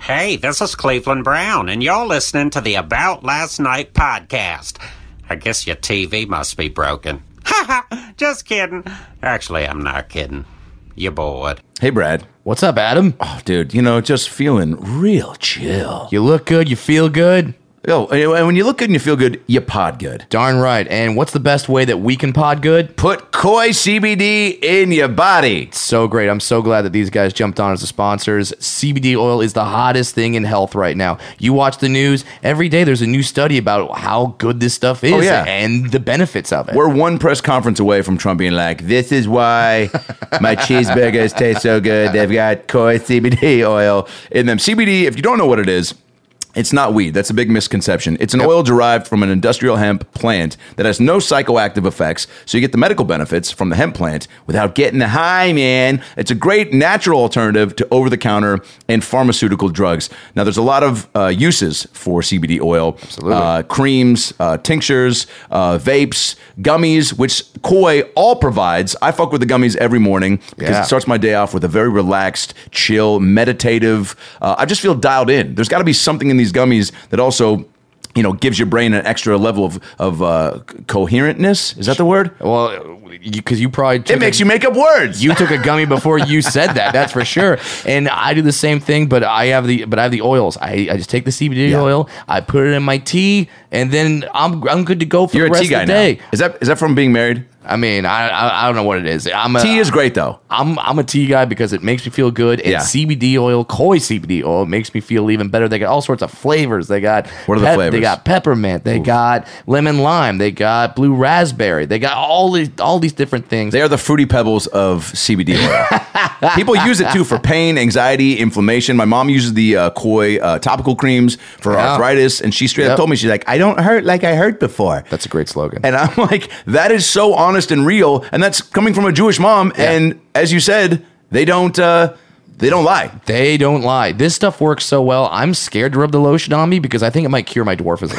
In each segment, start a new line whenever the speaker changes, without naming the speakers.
Hey, this is Cleveland Brown, and you're listening to the About Last Night podcast. I guess your TV must be broken. Ha ha! Just kidding. Actually, I'm not kidding. You're bored.
Hey, Brad.
What's up, Adam?
Oh, dude, you know, just feeling real chill.
You look good. You feel good.
Oh, and and when you look good and you feel good, you pod good.
Darn right. And what's the best way that we can pod good?
Put Koi CBD in your body.
So Oh, great. I'm so glad that these guys jumped on as the sponsors. CBD oil is the hottest thing in health right now. You watch the news every day, there's a new study about how good this stuff is
Oh, yeah.
and the benefits of it.
We're one press conference away from Trump being like, this is why my cheeseburgers taste so good. They've got Koi CBD oil in them. CBD, if you don't know what it is, it's not weed. That's a big misconception. It's an oil derived from an industrial hemp plant that has no psychoactive effects, so you get the medical benefits from the hemp plant without getting the high, man. It's a great natural alternative to over the counter and pharmaceutical drugs. Now, there's a lot of uh, uses for CBD oil Absolutely. Uh, creams, uh, tinctures, uh, vapes, gummies, which Koi all provides. I fuck with the gummies every morning because
Yeah.
it starts my day off with a very relaxed, chill, meditative. Uh, I just feel dialed in. There's got to be something in these gummies that also. You know, gives your brain an extra level of of uh, c- coherentness. Is that the word?
well, because you, probably took
It makes
a-
you make up words.
You took a gummy before you said that. That's for sure. And I do the same thing, but I have the but I have the oils. I, I just take the CBD
Yeah.
oil, I put it in my tea, and then I'm I'm good to go for
You're a
the rest
tea guy
of the day.
now. Is that is that from being married?
I mean, I, I I don't know what it is. I'm a,
tea is great though.
I'm I'm a tea guy because it makes me feel good. And
Yeah.
CBD oil, Koi CBD oil, makes me feel even better. They got all sorts of flavors. They got
What are the flavors?
They got peppermint. They got lemon lime. They got blue raspberry. They got all these all these different things.
They are the fruity pebbles of CBD oil. People use it too for pain, anxiety, inflammation. My mom uses the uh, Koi uh, topical creams for
Yeah.
arthritis, and she straight up
Yep.
told me she's like, "I don't hurt like I hurt before."
That's a great slogan.
and I'm like, that is so honest and real, and that's coming from a Jewish mom.
Yeah.
And as you said, they don't uh, they don't lie.
They don't lie. This stuff works so well. I'm scared to rub the lotion on me because I think it might cure my dwarfism.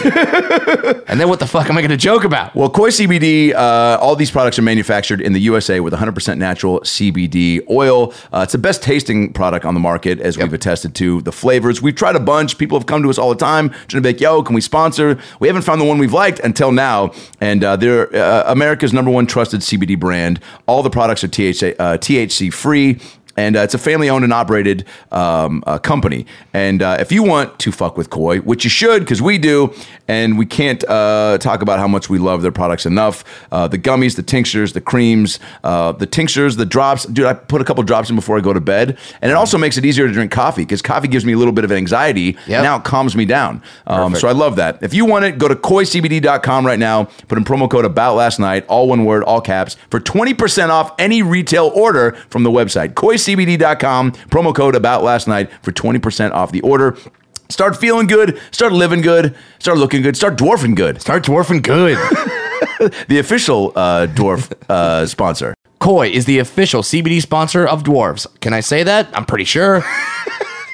and then what the fuck am I going to joke about?
Well, Koi CBD, uh, all these products are manufactured in the USA with 100% natural CBD oil. Uh, it's the best tasting product on the market, as we've attested to the flavors. We've tried a bunch. People have come to us all the time, trying to be like, yo, can we sponsor? We haven't found the one we've liked until now. And uh, they're uh, America's number one trusted CBD brand. All the products are THC, uh, THC free. And uh, it's a family owned and operated um, uh, company. And uh, if you want to fuck with Koi, which you should, because we do, and we can't uh, talk about how much we love their products enough uh, the gummies, the tinctures, the creams, uh, the tinctures, the drops. Dude, I put a couple drops in before I go to bed. And it also makes it easier to drink coffee because coffee gives me a little bit of anxiety.
Yep.
Now it calms me down. Um, so I love that. If you want it, go to koicbd.com right now. Put in promo code about last night, all one word, all caps, for 20% off any retail order from the website. koicbd.com, promo code about last night for 20% off the order. Start feeling good, start living good, start looking good, start dwarfing good.
Start dwarfing good.
The official uh, dwarf uh, sponsor.
Koi is the official CBD sponsor of dwarves. Can I say that? I'm pretty sure.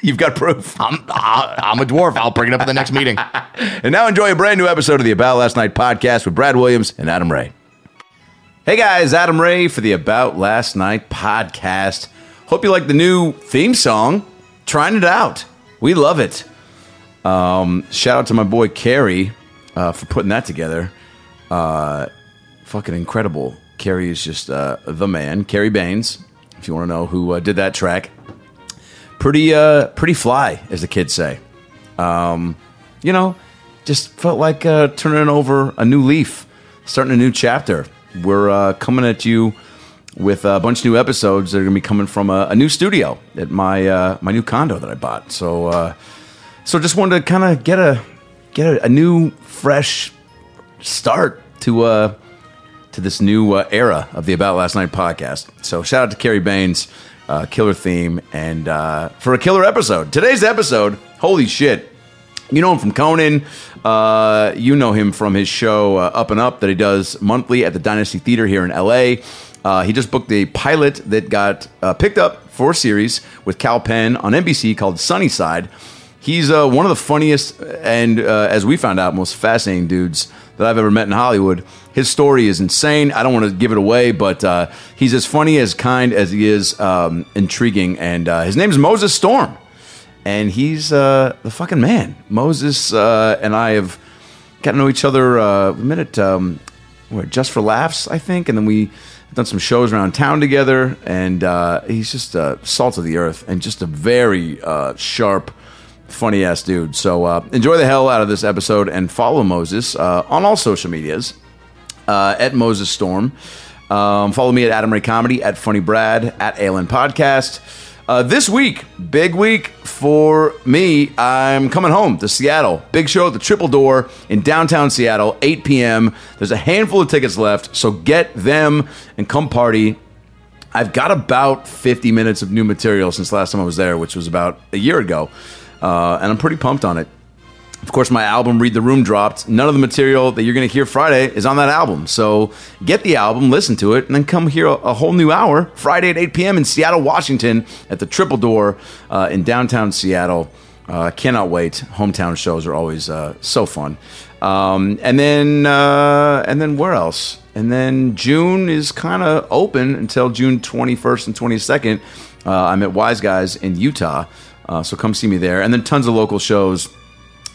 You've got proof.
I'm I, I'm a dwarf. I'll bring it up at the next meeting.
And now enjoy a brand new episode of the About Last Night podcast with Brad Williams and Adam Ray. Hey guys, Adam Ray for the About Last Night podcast. Hope you like the new theme song. Trying it out. We love it. Um, shout out to my boy Carrie uh, for putting that together. Uh, fucking incredible. Carrie is just uh, the man. Carrie Baines, if you want to know who uh, did that track. Pretty, uh, pretty fly, as the kids say you know, just felt like uh, turning over a new leaf, starting a new chapter. We're uh, coming at you with a bunch of new episodes that are going to be coming from a, a new studio at my uh, my new condo that I bought. So, uh, so just wanted to kind of get a get a, a new, fresh start to uh, to this new uh, era of the About Last Night podcast. So shout out to Carrie Baines, uh, killer theme, and uh, for a killer episode. Today's episode, holy shit! You know him from Conan. Uh, you know him from his show uh, Up and Up that he does monthly at the Dynasty Theater here in LA. Uh, he just booked a pilot that got uh, picked up for a series with Cal Penn on NBC called Sunnyside. He's uh, one of the funniest and, uh, as we found out, most fascinating dudes that I've ever met in Hollywood. His story is insane. I don't want to give it away, but uh, he's as funny, as kind as he is um, intriguing. And uh, his name is Moses Storm and he's uh, the fucking man. Moses uh, and I have got to know each other uh, we met at um, where, just for laughs, I think, and then we have done some shows around town together. And uh, he's just uh, salt of the earth and just a very uh, sharp, funny ass dude. So uh, enjoy the hell out of this episode and follow Moses uh, on all social medias uh, at Moses Storm. Um, follow me at Adam Ray Comedy, at Funny Brad, at Alan Podcast. Uh, this week, big week for me. I'm coming home to Seattle. Big show at the Triple Door in downtown Seattle, 8 p.m. There's a handful of tickets left, so get them and come party. I've got about 50 minutes of new material since last time I was there, which was about a year ago, uh, and I'm pretty pumped on it. Of course, my album Read the Room dropped. None of the material that you're going to hear Friday is on that album. So get the album, listen to it, and then come hear a, a whole new hour Friday at 8 p.m. in Seattle, Washington, at the Triple Door uh, in downtown Seattle. Uh, cannot wait. Hometown shows are always uh, so fun. Um, and then, uh, and then where else? And then June is kind of open until June 21st and 22nd. Uh, I'm at Wise Guys in Utah, uh, so come see me there. And then tons of local shows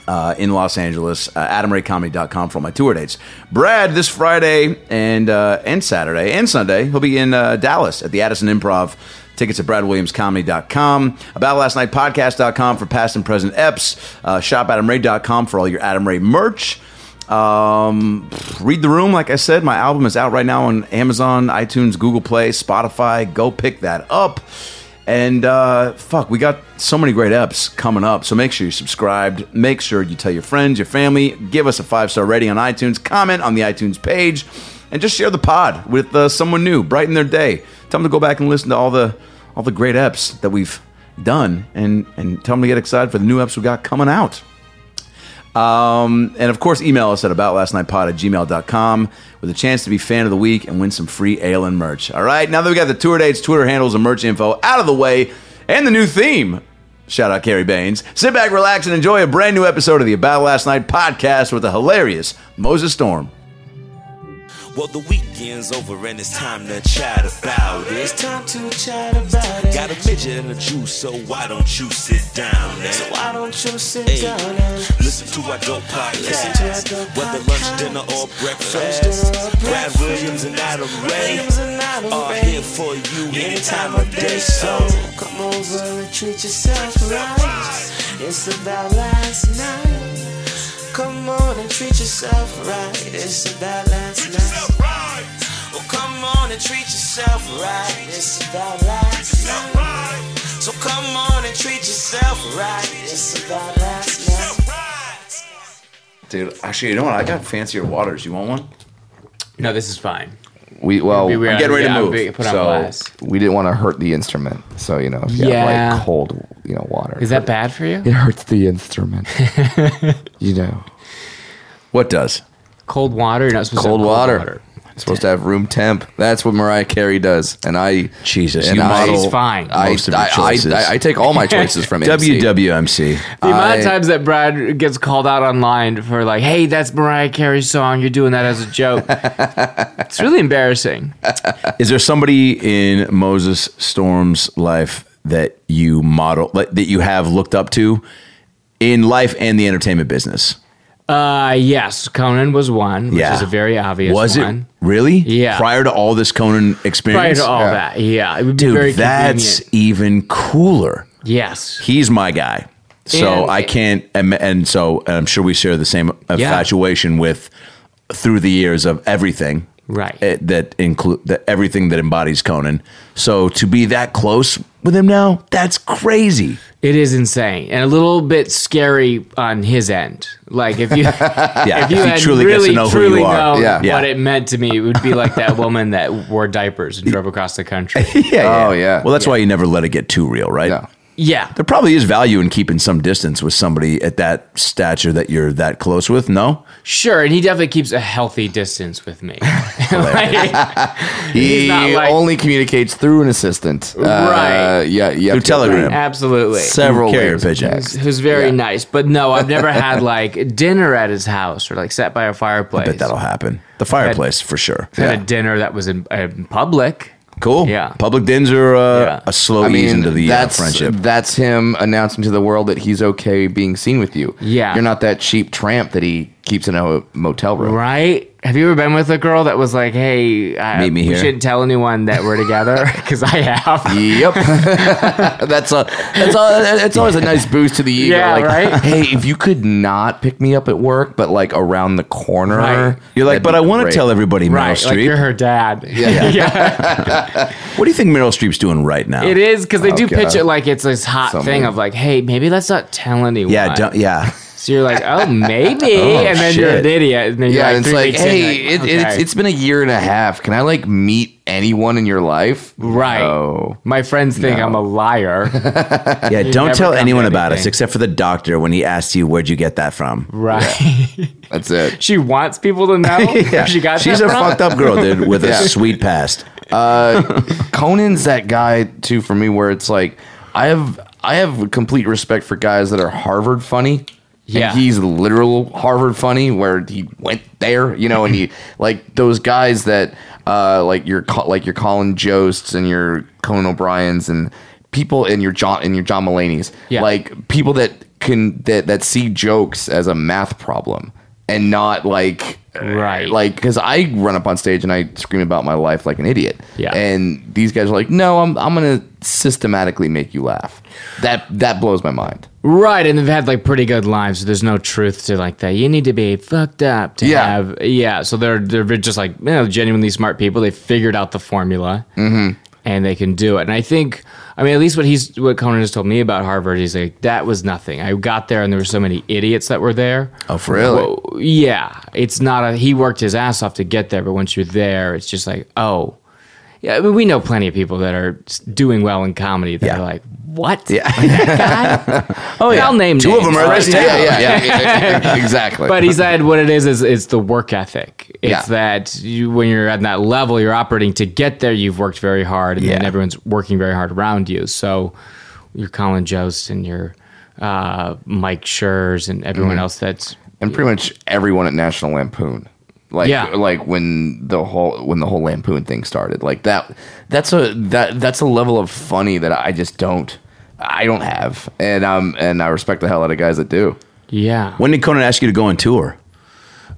uh, in Los Angeles. Uh, AdamRayComedy.com for all my tour dates. Brad this Friday and uh, and Saturday and Sunday he'll be in uh, Dallas at the Addison Improv. Tickets at BradWilliamsComedy.com. About Last Night Podcast.com for past and present eps. Uh, ShopAdamRay.com for all your Adam Ray merch. Um, read the room, like I said. My album is out right now on Amazon, iTunes, Google Play, Spotify. Go pick that up. And uh, fuck, we got so many great eps coming up. So make sure you're subscribed. Make sure you tell your friends, your family. Give us a five star rating on iTunes. Comment on the iTunes page, and just share the pod with uh, someone new. Brighten their day. Tell them to go back and listen to all the all the great eps that we've done, and and tell them to get excited for the new eps we got coming out. Um, and of course, email us at aboutlastnightpod at gmail.com with a chance to be fan of the week and win some free Aelin merch. All right, now that we got the tour dates, Twitter handles, and merch info out of the way, and the new theme, shout out Carrie Baines, sit back, relax, and enjoy a brand new episode of the About Last Night podcast with the hilarious Moses Storm.
Well, the weekend's over and it's time to chat about it. It's time to chat about it. Got a midget and a Jew, so why don't you sit down? And so why don't you sit down? listen to our dope podcast. Whether lunch, dinner, or breakfast, Brad Williams and Adam Ray are here for you any time of day. So
Come over and treat yourself right. It's about last night. Come on and treat yourself right. It's about last night. Oh, come on and treat yourself right. It's about last night. So come on and treat yourself right. It's about last night.
Dude, actually, you know what? I got fancier waters. You want one?
No, this is fine.
We well,
We were-
we,
I'm getting ready to
yeah,
move.
I'm being put on
so,
blast.
didn't want to hurt the instrument, so you know, if you have,
Yeah.
like cold, you know, water.
Is that bad for you?
It hurts the instrument. you know,
What does?
Cold water. You're not supposed
cold
to have
water. It's supposed to have room temp. That's what Mariah Carey does, and I
Jesus,
and
you
I,
model
She's fine.
I,
most of your
I, I,
choices.
I, I take all my choices from MC.
E.
WWMC.
The amount
I-
of times that Brad gets called out online for like, "Hey, that's Mariah Carey's song. You're doing that as a joke." it's really embarrassing.
Is there somebody in Moses Storm's life that you model like, that you have looked up to in life and the entertainment business?
Uh, yes, Conan was one, which
Yeah.
is a very obvious
Was
one.
it really?
Yeah.
Prior to all this Conan
Prior
experience,
to all
Yeah.
that, yeah, it would be
dude,
very
that's
convenient.
even cooler.
Yes,
He's my guy. So
And-
I can't, and, and so I'm sure we share the same
Yeah.
infatuation with through the years of everything,
Right.
eh, that include that everything that embodies Conan. So to be that close with him now, that's crazy.
it is insane and a little bit scary on his end. Like if you.
Yeah,
If you had really, truly known
Yeah.
Yeah.
what it meant to me, it would be like that woman that wore diapers and drove across the country.
yeah,
Oh, yeah.
Well, that's why you never let it get too real, right?
No.
Yeah,
There probably is value in keeping some distance with somebody at that stature that you're that close with. No,
sure. And he definitely keeps a healthy distance with me. Like,
He
not like-
only communicates through an assistant. Uh,
Right.
Yeah. Yeah.
Through Telegram.
absolutely.
Several
carrier
ways.
pigeon.
Who's who's very
Yeah.
nice, but no, I've never had like dinner at his house or like sat by a fireplace.
Bet that'll happen. The fireplace for sure.
had a dinner that was in, in public.
Cool.
Yeah.
Public dins are uh,
Yeah.
a slow
I
ease
mean,
into the uh,
that's
friendship.
that's him announcing to the world that he's okay being seen with you.
Yeah.
you're not that cheap tramp that he keeps in a motel room.
Right? Have you ever been with a girl that was like, "Hey, I,
Meet me
we
here."
shouldn't tell anyone that we're together"? Because I have.
Yep, that's a that's a it's always a nice boost to the ego.
Yeah,
like,
right?
hey, if you could not pick me up at work, but like around the corner,
Right.
You're like,
that'd
but
be
I want to
great."
tell everybody Meryl
Right, like
Streep.
you're her dad. Yeah,
what do you think Meryl Streep's doing right now?
it is because they do
Okay.
pitch it like it's this hot
Something.
thing of like, hey, maybe let's not tell anyone.
Yeah, don't, yeah.
So you're like, oh, maybe,
Oh,
and then you're
shit.
an idiot, and then you're
Yeah,
like,
and it's
three
like,
weeks in,
hey,
you're like,
it, it's,
okay.
it's been a year and a half. Can I like meet anyone in your life?
right.
Oh, No.
My friends think I'm a liar.
Yeah, don't
never
tell
come to
anyone about us
anything.
except for the doctor when he asks you, where'd you get that from?
right.
That's it.
she wants people to know. where She got
She's
that
a
from?
fucked up girl, dude, with
Yeah.
a sweet past.
Conan's that guy too for me where it's like I have I have complete respect for guys that are Harvard funny.
Yeah.
And he's literal Harvard funny where he went there, you know, and he like those guys that uh like your Co- like your Colin Josts and your Conan O'Briens and people and your John and your John Mulaney's.
Yeah.
Like people that can that that see jokes as a math problem and not like
Right.
like because i run up on stage and i scream about my life like an idiot
Yeah.
and these guys are like no i'm, I'm gonna systematically make you laugh that that blows my mind
Right, and they've had like pretty good lives. So there's no truth to like that. You need to be fucked up to
Yeah.
have yeah. So they're they're just like you know, genuinely smart people. They figured out the formula and they can do it. And I think I mean at least what he's what Conan has told me about Harvard. He's like that was nothing. I got there and there were so many idiots that were there.
oh for really
Well, yeah, it's not a. He worked his ass off to get there, but once you're there, it's just like, oh, yeah. I mean, we know plenty of people that are s- doing well in comedy that
Yeah.
are like, what? Yeah. that guy? Oh yeah. I'll name
Two of them are
names.
arrested.
yeah, yeah, yeah, yeah, exactly
But he said what it is is it's the work ethic. It's
Yeah.
that you, when you're at that level, you're operating to get there. You've worked very hard, and then
Yeah.
everyone's working very hard around you. So you're Colin Jost and you're uh, Mike Schurz and everyone
Mm-hmm.
else that's
and pretty much everyone at National Lampoon. Like
Yeah.
like when the whole when the whole Lampoon thing started. Like that that's a that that's a level of funny that I just don't I don't have. And um and I respect the hell out of guys that do.
yeah.
When did Conan ask you to go on tour?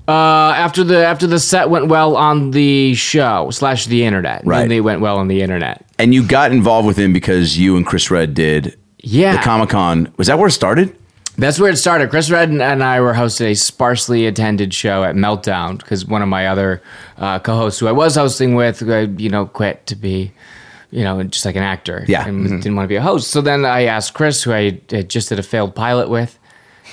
Uh, after the after the set went well on the show slash the internet, And then
Right.
they went well on the internet.
And you got involved with him because you and Chris Red did
Yeah,
the Comic Con. Was that where it started?
that's where it started. Chris Redden and I were hosting a sparsely attended show at Meltdown because one of my other uh, co-hosts, who I was hosting with, who I, you know, quit to be, you know, just like an actor.
Yeah. Mm-hmm.
and didn't want to be a host. So then I asked Chris, who I had just did a failed pilot with,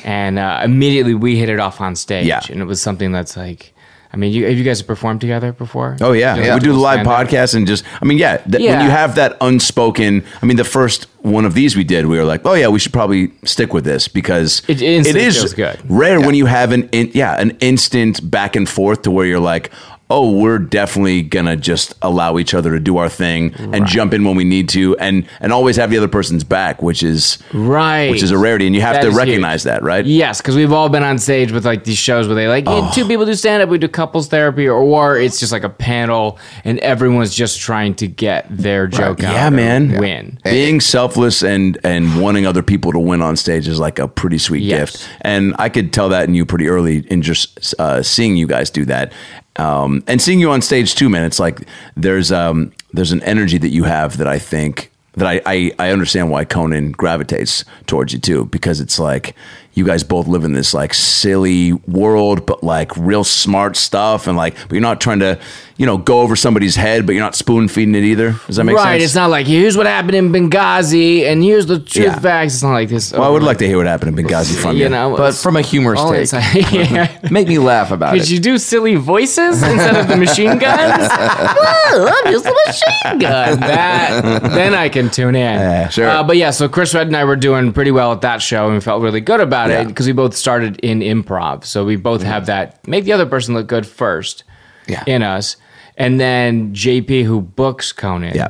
and uh, immediately we hit it off on stage.
Yeah.
and it was something that's like, I mean, you, have you guys performed together before?
Oh yeah,
Yeah.
we do the live
Stand-up.
podcast and just I mean yeah, that when
Yeah.
you have that unspoken, I mean the first one of these we did, we were like, oh yeah, we should probably stick with this because
It instantly feels good.
rare when you have an in, yeah an instant back and forth to where you're like. Oh, we're definitely gonna just allow each other to do our thing and jump in when we need to, and and always have the other person's back, which is
Right.
which is a rarity, and you have
That
to
is huge.
recognize that, right?
Yes, because we've all been on stage with like these shows where they like "Hey, two people do stand up, we do couples therapy, or it's just like a panel and everyone's just trying to get their joke out.
Yeah,
or
man.
Win.
Being selfless and and wanting other people to win on stage is like a pretty sweet
Yes.
gift. And I could tell that in you pretty early in just uh, seeing you guys do that. Um, and seeing you on stage too, man. It's like there's um there's an energy that you have that I think that I, I, I understand why Conan gravitates towards you too, because it's like you guys both live in this like silly world, but like real smart stuff. And like, but you're not trying to, you know, go over somebody's head, but you're not spoon feeding it either. Does that make sense?
right. It's not like here's what happened in Benghazi and here's the truth
Yeah.
facts. It's not like this. Oh,
Well, I would like to hear what happened in Benghazi from you.
you know,
But
it's
from a humorous
all
take.
inside- yeah.
Make me laugh about
Could
it.
you do silly voices instead of the machine guns? Whoa, I'm just a machine gun. That, then I can tune in.
sure.
Uh, but yeah, so Chris Red and I were doing pretty well at that show, and we felt really good about
Yeah.
it because we both started in improv. So we both have that make the other person look good first
Yeah.
in us, and then JP who books Conan
Yeah.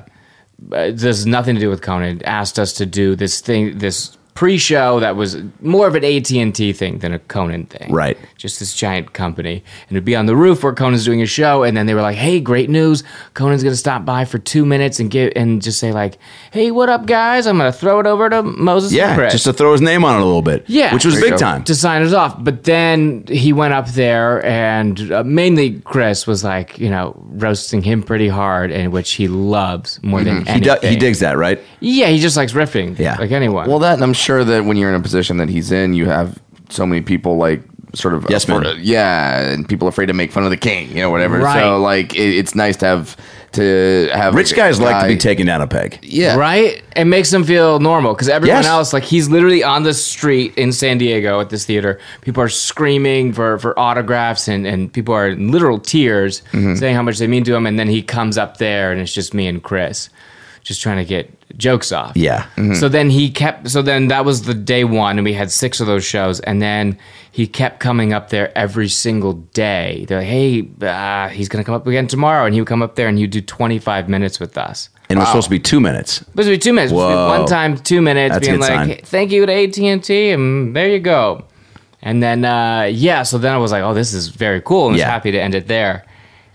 uh, this has nothing to do with Conan, asked us to do this thing, this pre-show that was more of an AT&T thing than a Conan thing.
Right.
Just this giant company. And it'd be on the roof where Conan's doing a show and then they were like, "Hey, great news. Conan's going to stop by for 2 minutes and give and just say like, "Hey, what up guys? I'm going to throw it over to Moses and
Yeah,
Chris."
just to throw his name on it a little bit.
Yeah.
which was
There you
big
go.
time.
to sign us off. But then he went up there, and uh, mainly Chris was like, you know, roasting him pretty hard, and which he loves more
Mm-hmm.
than
He,
anything.
du- he digs that, right?
Yeah, he just likes riffing.
Yeah.
like anyone.
Well, that and I'm sure that when you're in a position that he's in, you have so many people like sort of
Yes,
afford-
man.
yeah, and people afraid to make fun of the king, you know, whatever.
Right.
So like, it, it's nice to have to
Oh,
have
Rich
a
guys like
guy-
to be taken down a peg.
yeah,
right. It makes him feel normal because everyone
Yes.
else, like, he's literally on the street in San Diego at this theater. People are screaming for for autographs, and and people are in literal tears
Mm-hmm.
saying how much they mean to him. And then he comes up there, and it's just me and Chris, just trying to get jokes off.
Yeah, Mm-hmm.
So then he kept. So then that was the day one, and we had six of those shows. And then he kept coming up there every single day. They're like, "Hey, uh, he's gonna come up again tomorrow," and he would come up there and he'd do twenty five minutes with us.
and it was supposed to be two minutes.
It was gonna be two minutes. It was gonna be
Whoa.
One time, two minutes,
That's a
being
good
like,
sign.
"Hey, "Thank you to AT and T," and there you go. And then uh, yeah, so then I was like, "Oh, this is very cool," and I was
Yeah.
happy to end it there.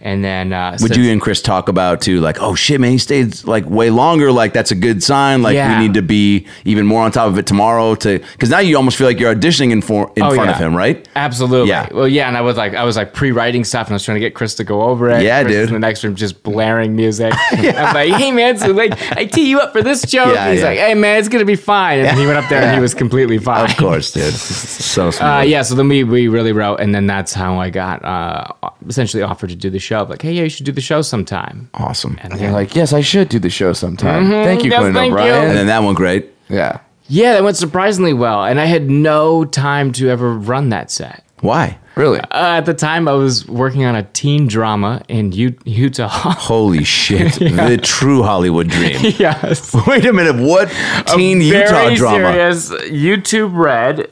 And then uh,
Would
since-
you and Chris talk about too? Like, oh shit, man, he stayed like way longer. Like, that's a good sign. Like,
Yeah.
we need to be even more on top of it tomorrow. To because now you almost feel like you're auditioning in, for, in
Oh,
front of
yeah.
him, right?
Absolutely.
Yeah.
Well, yeah, and I was like, I was like pre-writing stuff, and I was trying to get Chris to go over it.
Yeah,
Chris is
dude.
In the next room, just blaring music. I'm like, hey man, so like I tee you up for this joke.
Yeah,
He's
yeah.
like, hey man, it's gonna be fine. And he went up there, and he was completely fine.
Of course, dude. so smooth.
Uh, yeah, so then we, we really wrote, and then that's how I got uh, essentially offered to do the show. Like, hey, yeah, you should do the show sometime.
awesome.
And you're like, yes, I should do the show sometime.
Mm-hmm.
Thank you,
yes,
Conan
thank you.
O'Brien.
And then that one, great.
yeah,
Yeah, that went surprisingly well, and I had no time to ever run that set.
Why?
really.
Uh, at the time, I was working on a teen drama in U- Utah.
Holy shit! The true Hollywood dream.
yes.
Wait a minute, what teen Utah
very
drama?
serious YouTube Red.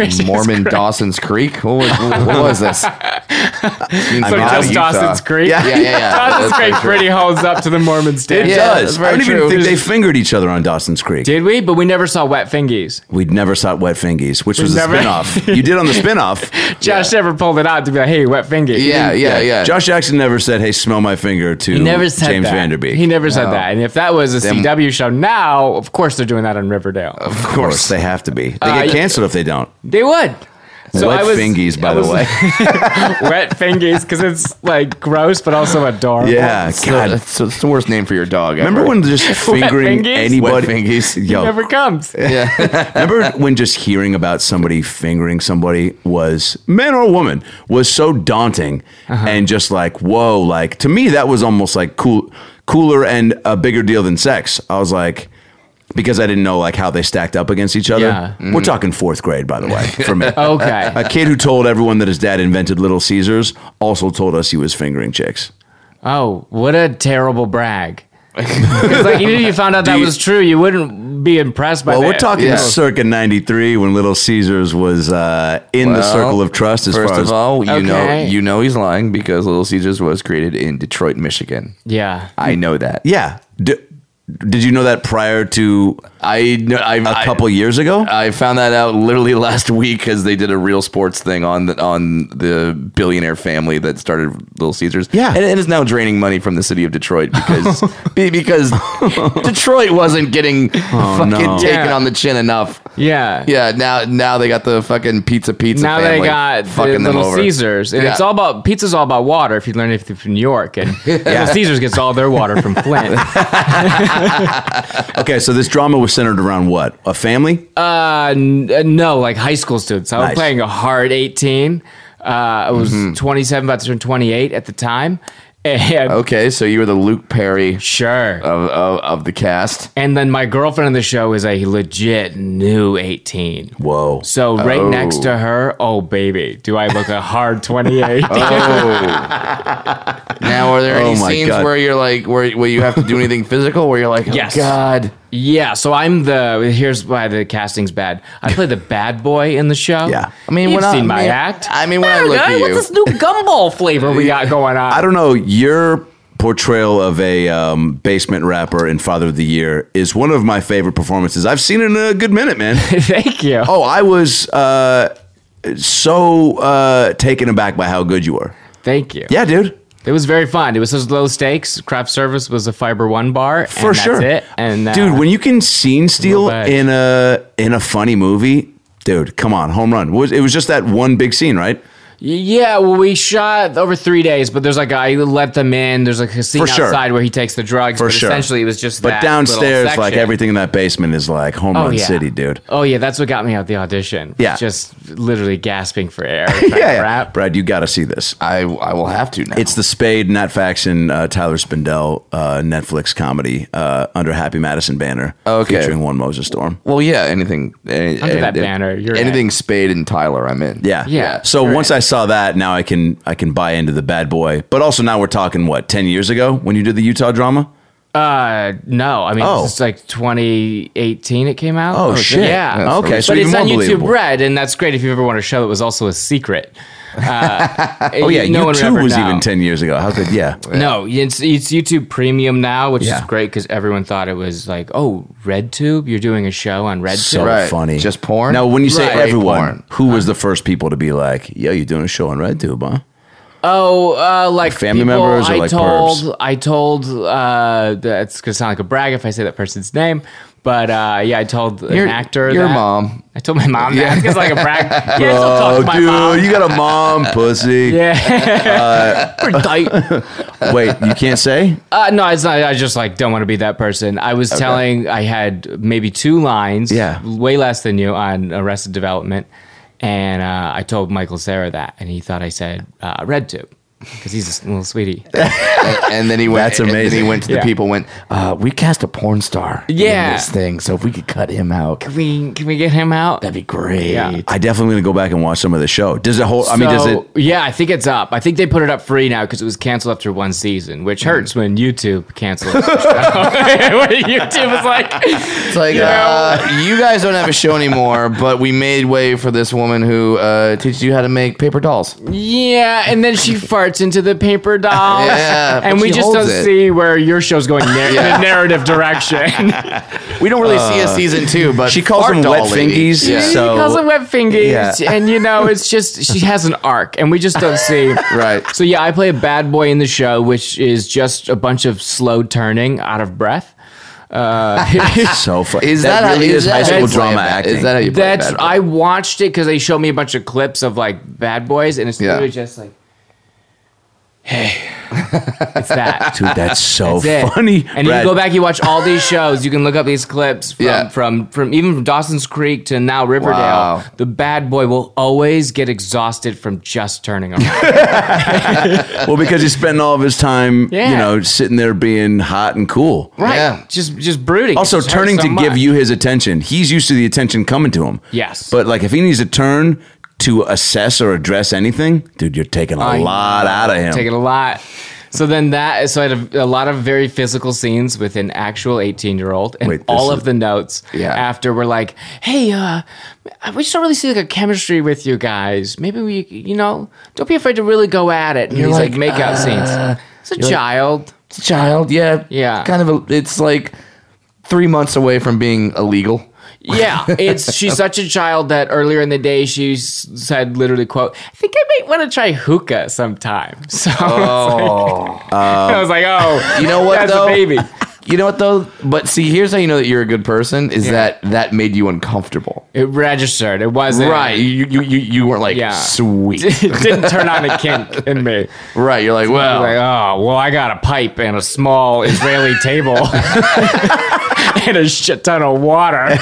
Which is
Mormon
great.
Dawson's Creek. What was, what was this?
So just Dawson's Creek.
Yeah.
Yeah, yeah, yeah.
Dawson's
That's
Creek
very true.
pretty holds up to the Mormon
It
standard.
Yeah, that's
does.
very
I don't even
true.
think they fingered each other on Dawson's Creek.
Did we? But we never saw Wet Fingies.
We'd never saw Wet Fingies, which was
never-
a spinoff. you did on the spinoff.
Josh never pulled it out to be like, "Hey, Wet Fingies."
Yeah, yeah, yeah.
Josh Jackson never said, "Hey, smell my finger." To
He never said
James
that.
Vanderbeek.
He never said that. And if that was a CW show now, of course they're doing that on Riverdale.
of course, they have to be. They get
Uh, yeah.
canceled if they don't.
they would. So
Wet
I was-
Fingies, by
I
the
was-
way.
wet Fingies, because it's like gross but also adorable.
yeah,
God,
God.
it's, it's the worst name for your dog.
Remember
ever.
when just fingering
Fingies?
anybody?
Wet Fingies.
Yo,
Never comes.
Remember when just hearing about somebody fingering somebody was man or woman was so daunting
Uh-huh.
and just like whoa like to me that was almost like cool cooler and a bigger deal than sex. I was like because I didn't know like how they stacked up against each other.
Yeah.
Mm-hmm.
We're talking fourth grade by the way for me.
Oh.
Okay.
A kid who told everyone that his dad invented Little Caesars also told us he was fingering chicks.
Oh, what a terrible brag. 'Cause, like even if you found out that
you-
was true, you wouldn't be impressed by
Well,
that.
we're talking
Yeah.
circa 93 when Little Caesars was uh, in the
Well,
circle of trust as
First
far
of
as
all, you know
Okay.
you know he's lying because Little Caesars was created in Detroit, Michigan.
Yeah.
I know that.
Yeah. D- did you know that prior to
I know. I've,
a couple years ago?
Uh,
I, I found that out literally last week because they did a real sports thing on the, on the billionaire family that started Little Caesars.
Yeah.
and it is now draining money from the city of Detroit because be- because Detroit wasn't getting fucking
Oh, no.
taken
Yeah.
on the chin enough.
Yeah.
Yeah, now now they got the fucking pizza pizza.
Now they
family
got the
fucking them
Little
over.
Caesars, and
Yeah.
it's all about pizza's all about water. If you learn anything from New York, and Little Caesars gets all their water from Flint.
okay, so this drama was centered around what? A family?
Uh, n- uh, no, like high school students. I was
Nice.
playing a hard 18. Uh, I was
Mm-hmm.
27, about to turn 28 at the time. And
Okay, so you were the Luke Perry
sure.
of, of of the cast.
and then my girlfriend on the show is a legit new 18.
Whoa.
So right
Oh.
next to her, oh baby, do I look a hard 28?
Oh. now, are there
Oh
any
my
scenes
God.
where you're like, where, where you have to do anything physical, where you're like, oh,
Yes.
God.
yeah, so I'm the here's why the casting's bad. I play the bad boy in the show.
Yeah.
I mean,
You've
when
seen
I,
my
mean,
act.
I mean, when I look
Guy,
at
what's
you,
this new gumball flavor we got going on?
I don't know. Your portrayal of a um, basement rapper in Father of the Year is one of my favorite performances I've seen in a good minute, man.
Thank you.
oh, I was uh, so uh, taken aback by how good you were.
Thank you.
Yeah, dude.
It was very fun. It was such low stakes. Craft service was a fiber one bar. and
For
that's
sure,
it. And uh,
dude, when you can scene steal
bad.
in a in a funny movie, dude, come on, home run. Was it was just that one big scene, right?
yeah, well, we shot over three days, but there's like I let them in. There's like a scene
For sure.
outside where he takes the drugs.
For
but
sure.
Essentially, it was just.
But
that little
downstairs, like
section.
everything in that basement is like home
Oh,
run
yeah.
city, dude.
Oh yeah, that's what got me out the audition.
Yeah.
just literally gasping for air.
Yeah, yeah.
Rap.
Brad, you got to see this.
I I will have to now.
It's the Spade, Nat Faxon, uh, Tyler Spindell uh, Netflix comedy uh, under Happy Madison banner,
Okay.
featuring One Moses Storm.
well, yeah. Anything any,
Under that
any-
banner, you're
anything Spade and Tyler, I'm in.
Yeah,
Yeah,
So
you're
once I saw that, now I can I can buy into the bad boy. But also now we're talking what ten years ago when you did the Utah drama.
Uh, no, I mean
Oh.
it's like 2018 it came out.
Oh, shit.
Yeah.
Okay, so
but
even
it's on
more
YouTube
believable.
Red, and that's great if you ever want a show that was also a secret. Uh,
Oh yeah,
no
you
one would
too
ever
was
know.
even ten years ago. How could yeah?
No, it's it's YouTube Premium now, which
Yeah.
is great because everyone thought it was like, oh, RedTube, you're doing a show on RedTube.
So
Right.
funny.
Just porn?
Now, when you say
Right.
everyone,
Porn.
who was the first people to be like, "Yo, you're doing a show on RedTube, huh?"
Oh, uh, like
family
people
members or
I
like
told,
pervs?
I told. Uh, that's gonna sound like a brag if I say that person's name, but uh, yeah, I told
Your-
an actor.
your
that.
mom.
I told my mom that. It's like a brag. Yeah, I still talk
Oh,
to my
dude,
mom.
you got a mom, pussy.
yeah. Pretty tight.
Wait, you can't say.
Uh, no, it's not. I just like don't want to be that person. I was telling I had maybe two lines,
Yeah.
way less than you on Arrested Development, and uh, I told Michael Sarah that, and he thought I said uh, red tube because he's a little sweetie.
And then he went.
That's
and then
amazing.
he went to the
Yeah.
people. Went. Uh, we cast a porn star. in
Yeah.
this thing. So if we could cut him out,
Can we can we get him out?
that'd be great.
Yeah.
I definitely gonna go back and watch some of the show. Does it hold? I mean, does
So,
it?
Yeah, I think it's up. I think they put it up free now because it was canceled after one season, which hurts when YouTube cancels. the show. When YouTube is like,
It's like uh, you guys don't have a show anymore, but we made way for this woman who uh, teaches you how to make paper dolls.
yeah, and then she farts into the paper doll,
Yeah,
and
but
we
she
just
holds
don't
it.
see where your show's going nar- in a narrative direction.
We don't really see a season two, but
Uh, She calls
fart
them
doll
wet
lady.
fingies.
she
So
calls it web fingers,
Yeah.
and you know, it's just she has an arc, and we just don't see.
Right.
So yeah, I play a bad boy in the show, which is just a bunch of slow turning, out of breath. Uh,
so fu-
Is that,
really
how,
is, high school
that's-
drama acting?
Is that how you play
that's
bad boy?
I watched it because they showed me a bunch of clips of like bad boys, and it's
Yeah.
literally just like, hey, it's that.
Dude, that's so
That's it.
Oh, funny.
And
Brad,
you go back, you watch all these shows. You can look up these clips from
Yeah.
from, from even from Dawson's Creek to now Riverdale.
Wow.
The bad boy will always get exhausted from just turning around.
Well, because he's spending all of his time, you
Yeah.
know, sitting there being hot and cool.
right?
Yeah.
Just just brooding. It
Also,
just hurts
turning
so
to give
much.
you his attention. He's used to the attention coming to him.
Yes.
But like, if he needs to turn to assess or address anything, dude, you're taking a
I
lot out of him.
taking a lot. So then that so I had a, a lot of very physical scenes with an actual 18 year old, and
Wait, this
all
is-
of the notes
Yeah.
after were like, "Hey, uh, we just don't really see like a chemistry with you guys. Maybe we, you know, don't be afraid to really go at it." And
You're
he's like,
like,
"Makeout
uh,
scenes." It's a child.
It's a child, yeah,
Yeah.
Kind of a. It's like three months away from being illegal.
yeah, it's she's such a child that earlier in the day she s- said literally, "quote I think I might want to try hookah sometime." So I was like, "Oh,
um, You know what
That's a
though?
baby.
You know what though? But see, here's how you know that you're a good person is that that made you uncomfortable.
It registered. It wasn't
Right. You you you, you weren't like
Yeah.
sweet.
it didn't turn on a kink in me.
right. You're like, well,
Like, oh, well, I got a pipe and a small Israeli table and a shit ton of water.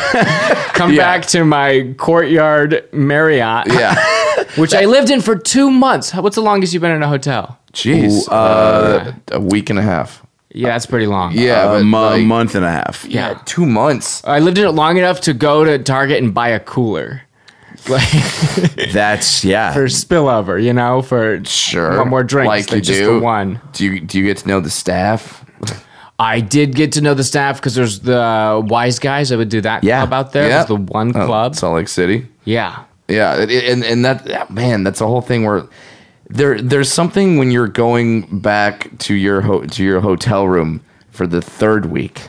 Come
Yeah.
back to my courtyard Marriott,
yeah.
which I lived in for two months. How- What's the longest you've been in a hotel?
Jeez. uh, a week and a half.
Yeah, that's pretty long.
Yeah.
a
but,
mo-
like,
month and a half.
yeah. Two months.
I lived in it long enough to go to Target and buy a cooler. Like
That's yeah.
for spillover, you know, for
Sure.
one more drink,
Like you
just
do.
the one.
Do you do you get to know the staff?
I did get to know the staff because there's the uh, wise guys. I would do that
Yeah.
club out there. There's the one
Oh,
club.
Salt Lake City.
yeah.
Yeah, it- it- and and that that- man, that's the whole thing where there there's something when you're going back to your ho- to your hotel room for the third week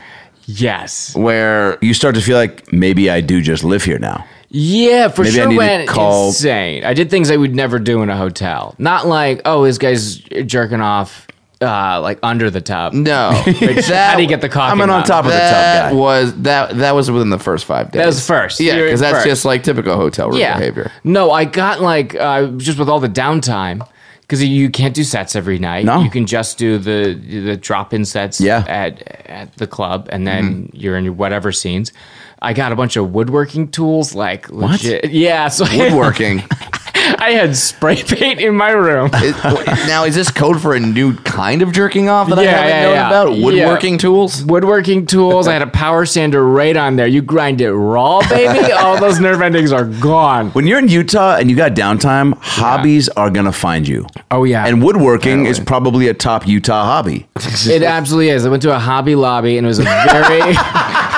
Yes.
where
You start to feel like maybe I do just live here now.
Yeah, for
Maybe I
sure.
need to
went
call-
insane. I did things I would never do in a hotel. Not like, oh, this guy's jerking off uh, like under the tub.
no
Which,
that,
how do you get the coffee?
I'm an on
mug?
top of the tub
that
guy.
was that that was within the first five days
That was first.
yeah
You were
because that's
first.
just like typical hotel room behavior
No, I got like uh, just with all the downtime because you can't do sets every night.
No.
you can just do the the drop in sets.
Yeah.
at at the club, and then you're in your whatever scenes. I got a bunch of woodworking tools, like legit. Yeah, so
woodworking
I had spray paint in my room.
It- wait, now is this code for a new kind of jerking off that I
Yeah,
haven't
yeah,
known
yeah.
about?
Yeah.
Woodworking tools.
Woodworking tools. I had a power sander right on there. You grind it raw, baby. All those nerve endings are gone.
When you're in Utah and you got downtime, hobbies are gonna find you.
Oh, yeah.
And woodworking is probably a top Utah hobby.
It absolutely is. I went to a Hobby Lobby and it was a very.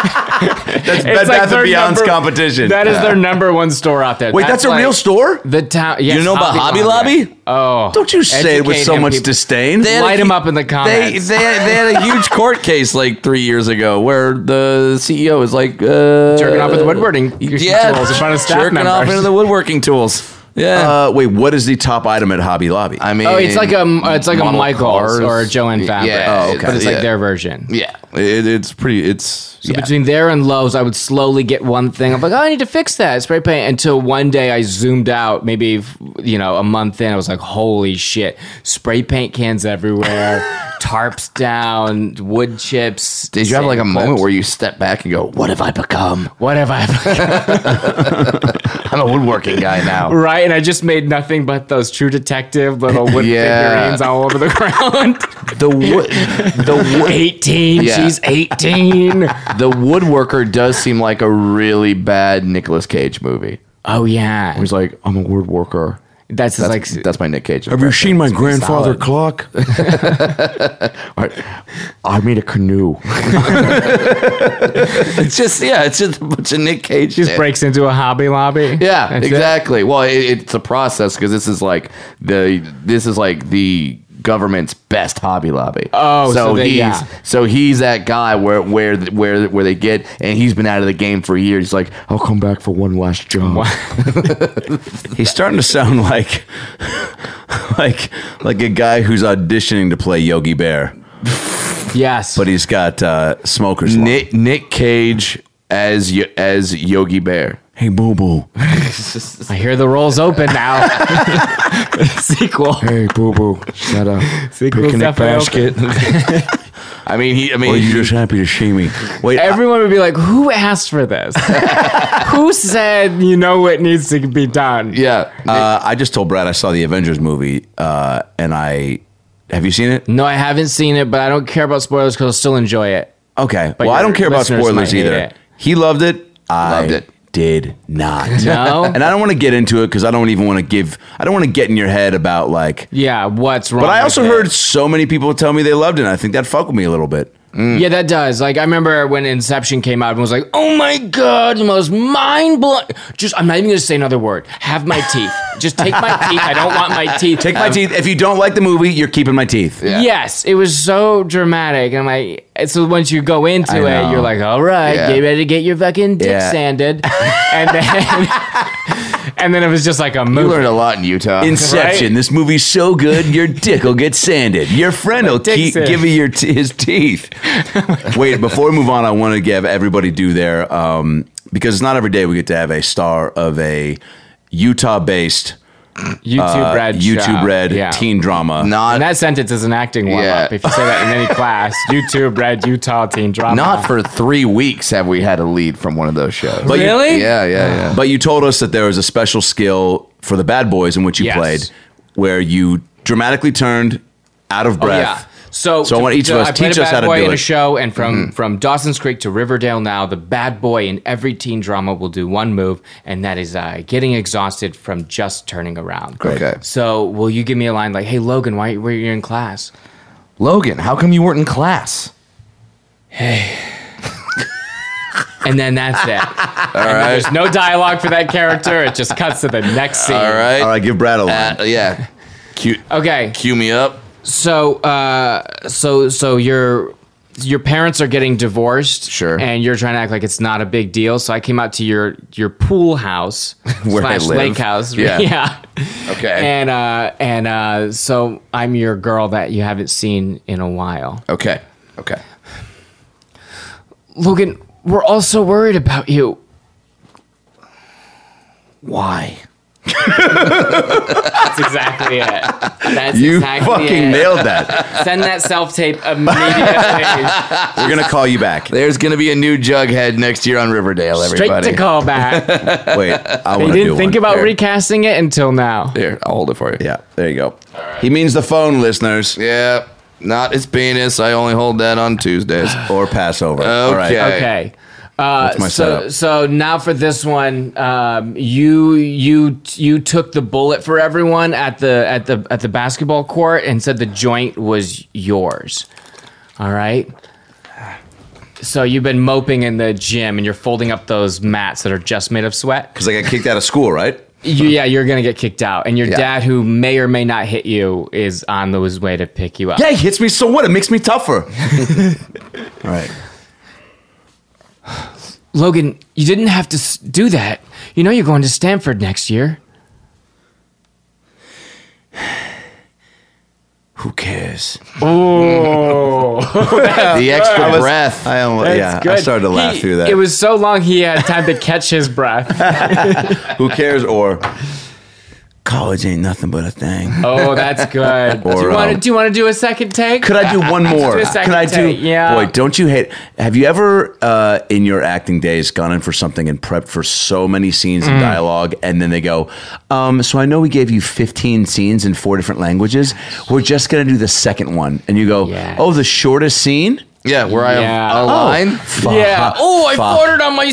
That's
It's
Bed
like
Bath
their
and Beyond's
number-
competition.
That is their number one store out there.
Wait, that's, a
like
real store?
The town. Yes,
know about Hobby Lobby?
Oh,
Don't you say it with
educate
so
him,
much
people.
disdain.
They-
Light them up in the comments.
they had a huge court case like three years ago where the CEO was like uh,
Jerking off with the woodworking tools in front of staff
jerking off
members.
into the woodworking tools. Yeah,
uh, wait, what is the top item at Hobby Lobby?
I mean,
oh, it's like a it's like a
model
Michaels
cars.
or a Joanne Fabric.
Yeah,
Oh, okay.
but it's like
yeah.
their version.
yeah, it, it's pretty. It's
So
yeah.
between there and Lowe's, I would slowly get one thing. I'm like, oh, I need to fix that spray paint. Until one day I zoomed out, maybe you know, a month in, I was like, holy shit! Spray paint cans everywhere, tarps down, wood chips.
Did you have like a
sand
moment
clips.
where you step back and go, "What have I become?
what have I?
I'm a woodworking guy now."
Right, and I just made nothing but those True Detective little wood
Yeah.
figurines all over the ground.
the wood, the wood,
eighteen,
Yeah.
she's eighteen.
the woodworker does seem like a really bad Nicolas Cage movie.
oh yeah,
He's like, "I'm a woodworker."
that's,
That's,
like
that's my Nick Cage.
Have you
impression.
seen my grandfather clock?
I made a canoe. it's just yeah, it's just a bunch of Nick Cage.
just
shit.
breaks into a Hobby Lobby.
Yeah,
That's it.
exactly. Well, it, it's a process because this is like the this is like the government's best Hobby Lobby.
Oh, so they-
he's
yeah.
so he's that guy where where where where they get and he's been out of the game for years. He's like, I'll come back for one last job.
He's starting to sound like like like a guy who's auditioning to play Yogi Bear,
Yes,
but he's got uh, smokers. lung.
Nick Nick Cage as Yo- as Yogi Bear.
Hey, Boo Boo.
I hear the roll's open now. Sequel.
Hey, boo boo, shut up.
Sequel's Picnic definitely
I mean, he. I mean,
Or are you just happy to see me? Wait, I-
Everyone would be like, "Who asked for this? Who said you know what needs to be done?"
yeah.
Uh, I just told Brad I saw the Avengers movie, uh, and I have you seen it?
No, I haven't seen it, but I don't care about spoilers because I'll still enjoy it.
Okay.
But
well, I
your
don't care about
listeners might
spoilers
hate
either.
it.
He loved it. I
Loved it.
Did not.
No?
and I don't want to get into it because I don't even want to give. I don't want to get in your head about like.
Yeah, what's wrong?
But I
with
also
it?
heard so many people tell me they loved it. and I think that fucked with me a little bit.
Yeah, that does. Like I remember when Inception came out, and was like, "Oh my god, the most mind blowing." Just, I'm not even gonna say another word. Have my teeth. Just take my teeth. I don't want my teeth. Um,
Take my teeth. If you don't like the movie, you're keeping my teeth.
Yeah.
Yes, it was so dramatic. And I'm like, and so once you go into
I know.
it, you're like, all right,
Yeah.
get ready to get your fucking dick
Yeah.
sanded. and then, and then it was just like a
you
movie.
learned a lot in Utah.
Inception. This movie's so good, your dick will get sanded. Your friend will
dick's
keep
sanded.
give you your t- his teeth. Wait, before we move on, I want to give everybody due there um, because it's not every day we get to have a star of a Utah-based uh,
YouTube Red.
YouTube
show.
Red
Yeah.
teen drama.
not
And that sentence is an acting warm up.
Yeah.
If you say that in any class, YouTube Red, Utah teen drama.
Not for three weeks have we had a lead from one of those shows.
But you- Ah,
really?
yeah, yeah, yeah.
But you told us that there was a special skill for the bad boys in which you
Yes.
played, where you dramatically turned out of breath.
Oh, Yeah. So,
So I want each of us-
I played
teach
a
us
bad
how to
boy
do
in
it. Mm-hmm.
a show, and from from Dawson's Creek to Riverdale now, the bad boy in every teen drama will do one move, and that is uh, getting exhausted from just turning around.
Okay.
So will you give me a line like, "Hey Logan, why were you in class?"
Logan, how come you weren't in class?
And then that's it. And then There's no dialogue for that character. It just cuts to the next scene.
All right, give Brad a line.
Uh, yeah. Cue,
Okay.
cue me up.
So, uh, so, so your your parents are getting divorced,
Sure.
and you're trying to act like it's not a big deal. So I came out to your your pool house
Where I
slash
live.
lake house,
Yeah. Okay.
and uh, and uh, so I'm your girl that you haven't seen in a while,
okay. Okay.
Logan. We're all so worried about you.
Why?
That's exactly it. That's
You
exactly
fucking
it.
nailed that.
Send that self tape immediately.
We're gonna call you back.
There's gonna be a new Jughead next year on Riverdale.
Straight
Everybody.
to callback.
Wait, I
They
want to do
didn't think
one.
about
There.
recasting it until now.
Here, I'll hold it for you.
Yeah, there you go. He means the phone, listeners,
Yeah. Not his penis. I only hold that on Tuesdays.
or Passover. All right.
Okay.
Okay. Uh,
That's my
so
setup.
so now for this one, um, you you you took the bullet for everyone at the at the at the basketball court and said the joint was yours. All right. So you've been moping in the gym and you're folding up those mats that are just made of sweat.
Because I got kicked out of school, right?
You, yeah, you're gonna get kicked out, and your
Yeah.
dad, who may or may not hit you, is on the his way to pick you up.
Yeah, he hits me so what? It makes me tougher. All right.
Logan, you didn't have to s- do that. You know you're going to Stanford next year.
Who cares?
The extra breath.
I almost, yeah, I started to laugh
He-
through that.
It was so long he had time to catch his breath.
Who cares? Or college ain't nothing but a thing.
Oh, that's good. do
Or,
you want
um,
to do you want to do a second take?
Could I do one more?
do a second
Could I do?
take, yeah.
Boy, don't you hate? Have you ever, uh, in your acting days, gone in for something and prepped for so many scenes
Mm.
and dialogue, and then they go, um, "So I know we gave you 15 scenes in four different languages. We're just gonna do the second one," and you go,
Yes.
"Oh, the shortest scene."
Yeah, where I
Yeah.
have a
Oh.
line.
Fuck.
Yeah. Oh, I
Fuck.
ordered on my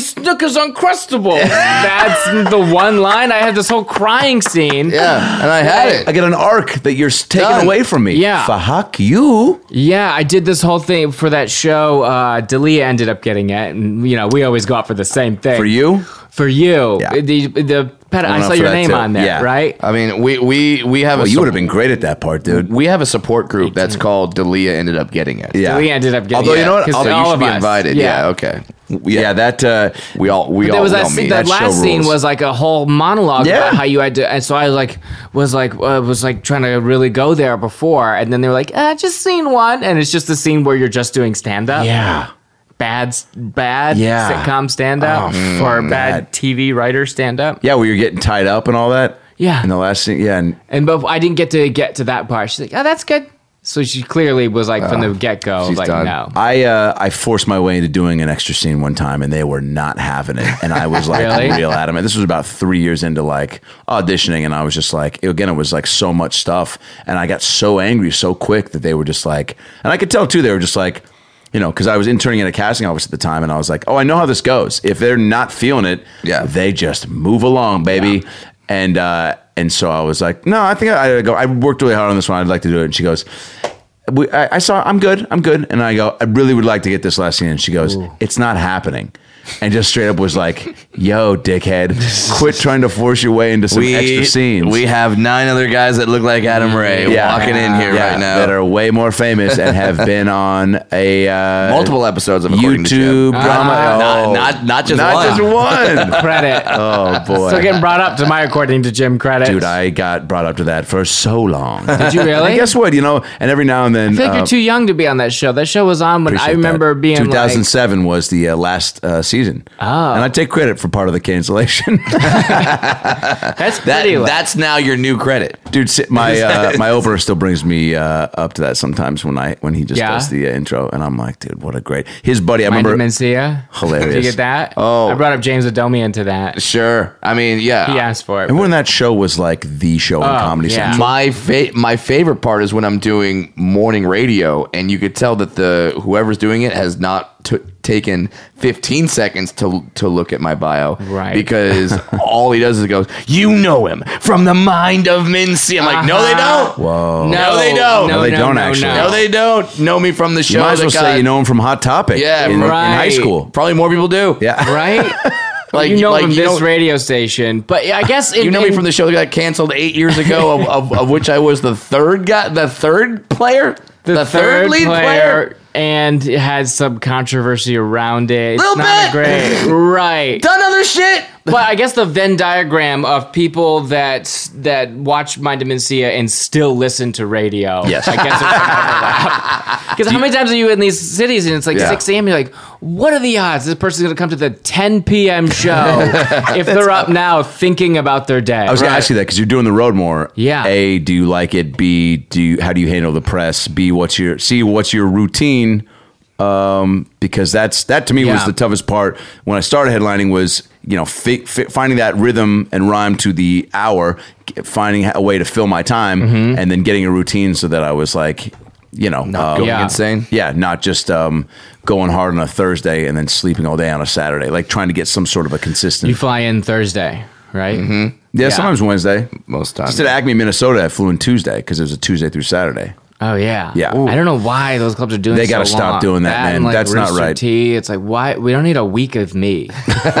Snickers Uncrustable. That's the one line I had this whole crying scene.
Yeah, and I had it.
I got an arc that you're s- taking
Done.
away from me.
Yeah.
Fuck you.
Yeah, I did this whole thing for that show. Uh, Dalia ended up getting it, and you know we always go out for the same thing.
For you?
for you,
Yeah.
the the pet. I
went out
saw
for
your
that
name
too.
on there,
Yeah.
right?
I mean, we we we have
Well,
a
you
sup-
would have been great at that part, dude.
we have a support group that's called Delia ended up getting it.
Yeah.
Dalia ended up getting.
Although,
it,
you know what?
'cause
Although
So
all
you should
of
be
us-
invited. Yeah. okay.
Yeah, that uh,
We all we
But there
all
was
know
that
me.
scene, that
That show
last scene
rules.
was like a whole monologue
Yeah.
about how you had to, and so I like was like uh, was like trying to really go there before, and then they were like, ah, just scene one, and it's just the scene where you're just doing stand up,
yeah.
bad s- bad
Yeah. Oh, mm,
sitcom stand up or bad TV writer stand up,
Yeah, where you're getting tied up and all that.
Yeah.
In the last scene, yeah, and
And but I didn't get to get to that part. She's like, "Oh, that's good." So she clearly was like from
Oh,
the get go,
she's
like,
done.
"No."
I uh, I forced my way into doing an extra scene one time, and they were not having it. And I was like
Really?
real adamant. This was about three years into like auditioning, and I was just like, again, it was like so much stuff, and I got so angry so quick that they were just like, and I could tell too, they were just like. You know, because I was interning at a casting office at the time, and I was like, "Oh, I know how this goes. If they're not feeling it,
Yeah.
they just move along, baby." And uh, and so I was like, "No, I think I, I go. I worked really hard on this one. I'd like to do it." And she goes, we, I, I saw, I'm good, I'm good. And I go, I really would like to get this last scene. And she goes, it's not happening. And just straight up was like, yo, dickhead, quit trying to force your way into some extra scenes.
we have nine other guys that look like
Mm-hmm.
Adam Ray
Yeah.
walking in here
Yeah,
right now.
that are way more famous and have been on a uh,
multiple episodes of According to
YouTube
Jim. Ah,
drama.
not-
oh,
not- not just
not
one.
just one.
Credit.
oh boy,
Still getting brought up to my according to Jim credit.
dude, I got brought up to that for so long.
did you really?
And guess what? You know, and every now and then,
I feel
uh,
like
Um,
you're too young to be on that show. That show was on when I
Appreciate
remember
that.
being
2007 was the uh, last uh, season. Oh. And I take credit for part of the cancellation.
like, "That's
That,
pretty." late."
that's now your new credit.
Dude, si- my uh, my over still brings me uh, up to that sometimes when I when he just
Yeah?
does the uh, intro and I'm like, dude, what a great. His buddy, I
Mind
remember
Mencia.
Hilarious.
Did you get that?
Oh. Ah.
I brought up James Adomian to that.
Sure. I mean, yeah.
He asked for it.
Remember when that show was like the show on
Oh,
Comedy
yeah.
Central?
My fa- my favorite part is when I'm doing morning radio, and you could tell that the whoever's doing it has not t- taken 15 seconds to to look at my bio,
Right.
Because all he does is goes, "You know him from the mind of Mincy." I'm like, "No, they
Uh-huh.
don't.
Whoa.
No, they don't.
No, they don't actually.
No, they don't know me from the show."
you might as
that
well
got-
say you know him from Hot Topic
Yeah,
in, in high
right.
school.
Probably more people do.
Yeah.
Right?
Like
you know
like,
from this
know-
radio station, but I guess in,
You know me
in-
from the show that got canceled eight years ago, of, of, of which I was the third guy, the third player,
the, third, player, and it had some controversy around it. It's
Little
not
bit.
a great, right?
Done other shit.
but I guess the Venn diagram of people that that watch Mind Demencia and still listen to radio.
Yes.
I guess because how many times are you in these cities and it's like
Yeah.
six a.m. You're like, what are the odds this person's going to come to the ten p.m. show if they're up now thinking about their day?
I was going to ask you that because you're doing the road more.
Yeah.
A, do you like it? B, do you, how do you handle the press? B, what's your C, what's your routine? Um, because that's that to me was
Yeah.
the toughest part when I started headlining was you know fi- fi- finding that rhythm and rhyme to the hour, g- finding a way to fill my time, and then getting a routine so that I was like, you know, um,
Going
Yeah.
insane.
yeah, not just um, going hard on a Thursday and then sleeping all day on a Saturday, like trying to get some sort of a consistent.
You fly in Thursday, right? Mm-hmm.
yeah, sometimes Wednesday.
Most times.
Just at Acme, Minnesota, I flew in Tuesday because it was a Tuesday through Saturday.
Oh yeah,
Yeah.
I don't know why those clubs are doing.
They
so
gotta stop
long.
doing that, man.
and,
That's not
Rooster
right.
Tea, it's like why we don't need a week of me for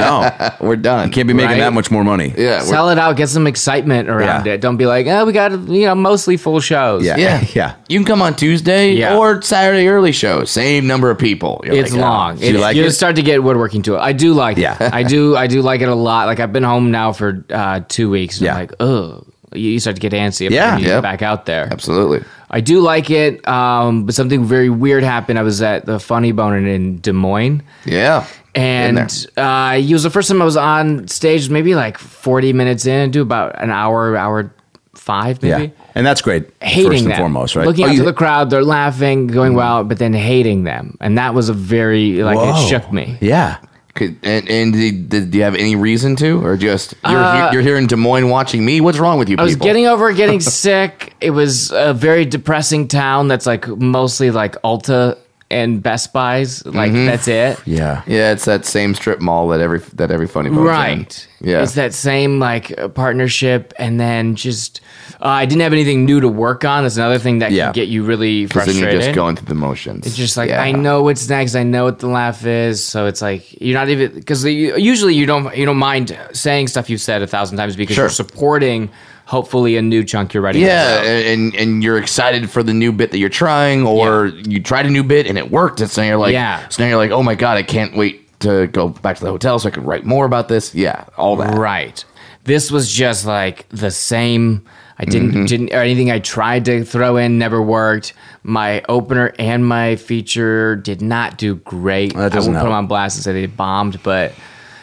Oh,
We're done.
can't be making
Right?
that much more money.
yeah, we're-
Sell it out, get some excitement around
Uh, Yeah.
it. Don't be like, oh, we got you know mostly full shows.
Yeah.
yeah,
Yeah.
You can come on Tuesday
Yeah.
or Saturday early show. Same number of people. You're
It's
like, oh.
long.
you
It's, you
like it?
start to get woodworking to it. I do like
Yeah.
it. I do. I do like it a lot. Like I've been home now for uh, two weeks. And
Yeah.
I'm like, oh, you you start to get antsy. If
Yeah.
you
Yep.
get back out there.
Absolutely.
I do like it, um, but something very weird happened. I was at the Funny Bone in- in Des Moines.
Yeah.
and uh, it was the first time I was on stage, maybe like 40 minutes in, do about an hour, hour five,
Yeah.
maybe.
And that's great.
Hating
first and
them.
foremost, right?
Looking
Oh,
out
you- Mm.
to the crowd, they're laughing, going wow, but then hating them, and that was a very like
Whoa.
it shook me.
Yeah.
Could, and and did, did you have any reason to, or just you're,
Uh,
he- you're here in Des Moines watching me? What's wrong with you?
I was
people?
getting over getting sick. It was a very depressing town that's like mostly like Ulta and Best Buys. Like that's it.
Mm-hmm. Yeah.
Yeah, it's that same strip mall that every that every funny bone's in.
right
Yeah,
it's that same like uh, partnership and then just uh, i didn't have anything new to work on that's another thing that
Yeah.
can get you really
because then
frustrated
you're just going through the motions.
It's just like
Yeah.
i know what's next i know what the laugh is so it's like you're not even because usually you don't you don't mind saying stuff you've said a thousand times because
Sure.
you're supporting hopefully a new chunk you're writing
Yeah, and and you're excited for the new bit that you're trying, or you tried a new bit and it worked, and so you're like,
Yeah.
so now you're like, oh my god, I can't wait to go back to the hotel so I can write more about this. Yeah, all that.
Right. This was just like the same. I didn't
Mm-hmm.
didn't or anything I tried to throw in never worked. My opener and my feature did not do great.
That
I
doesn't
won't put them
help.
on blast and say they bombed, but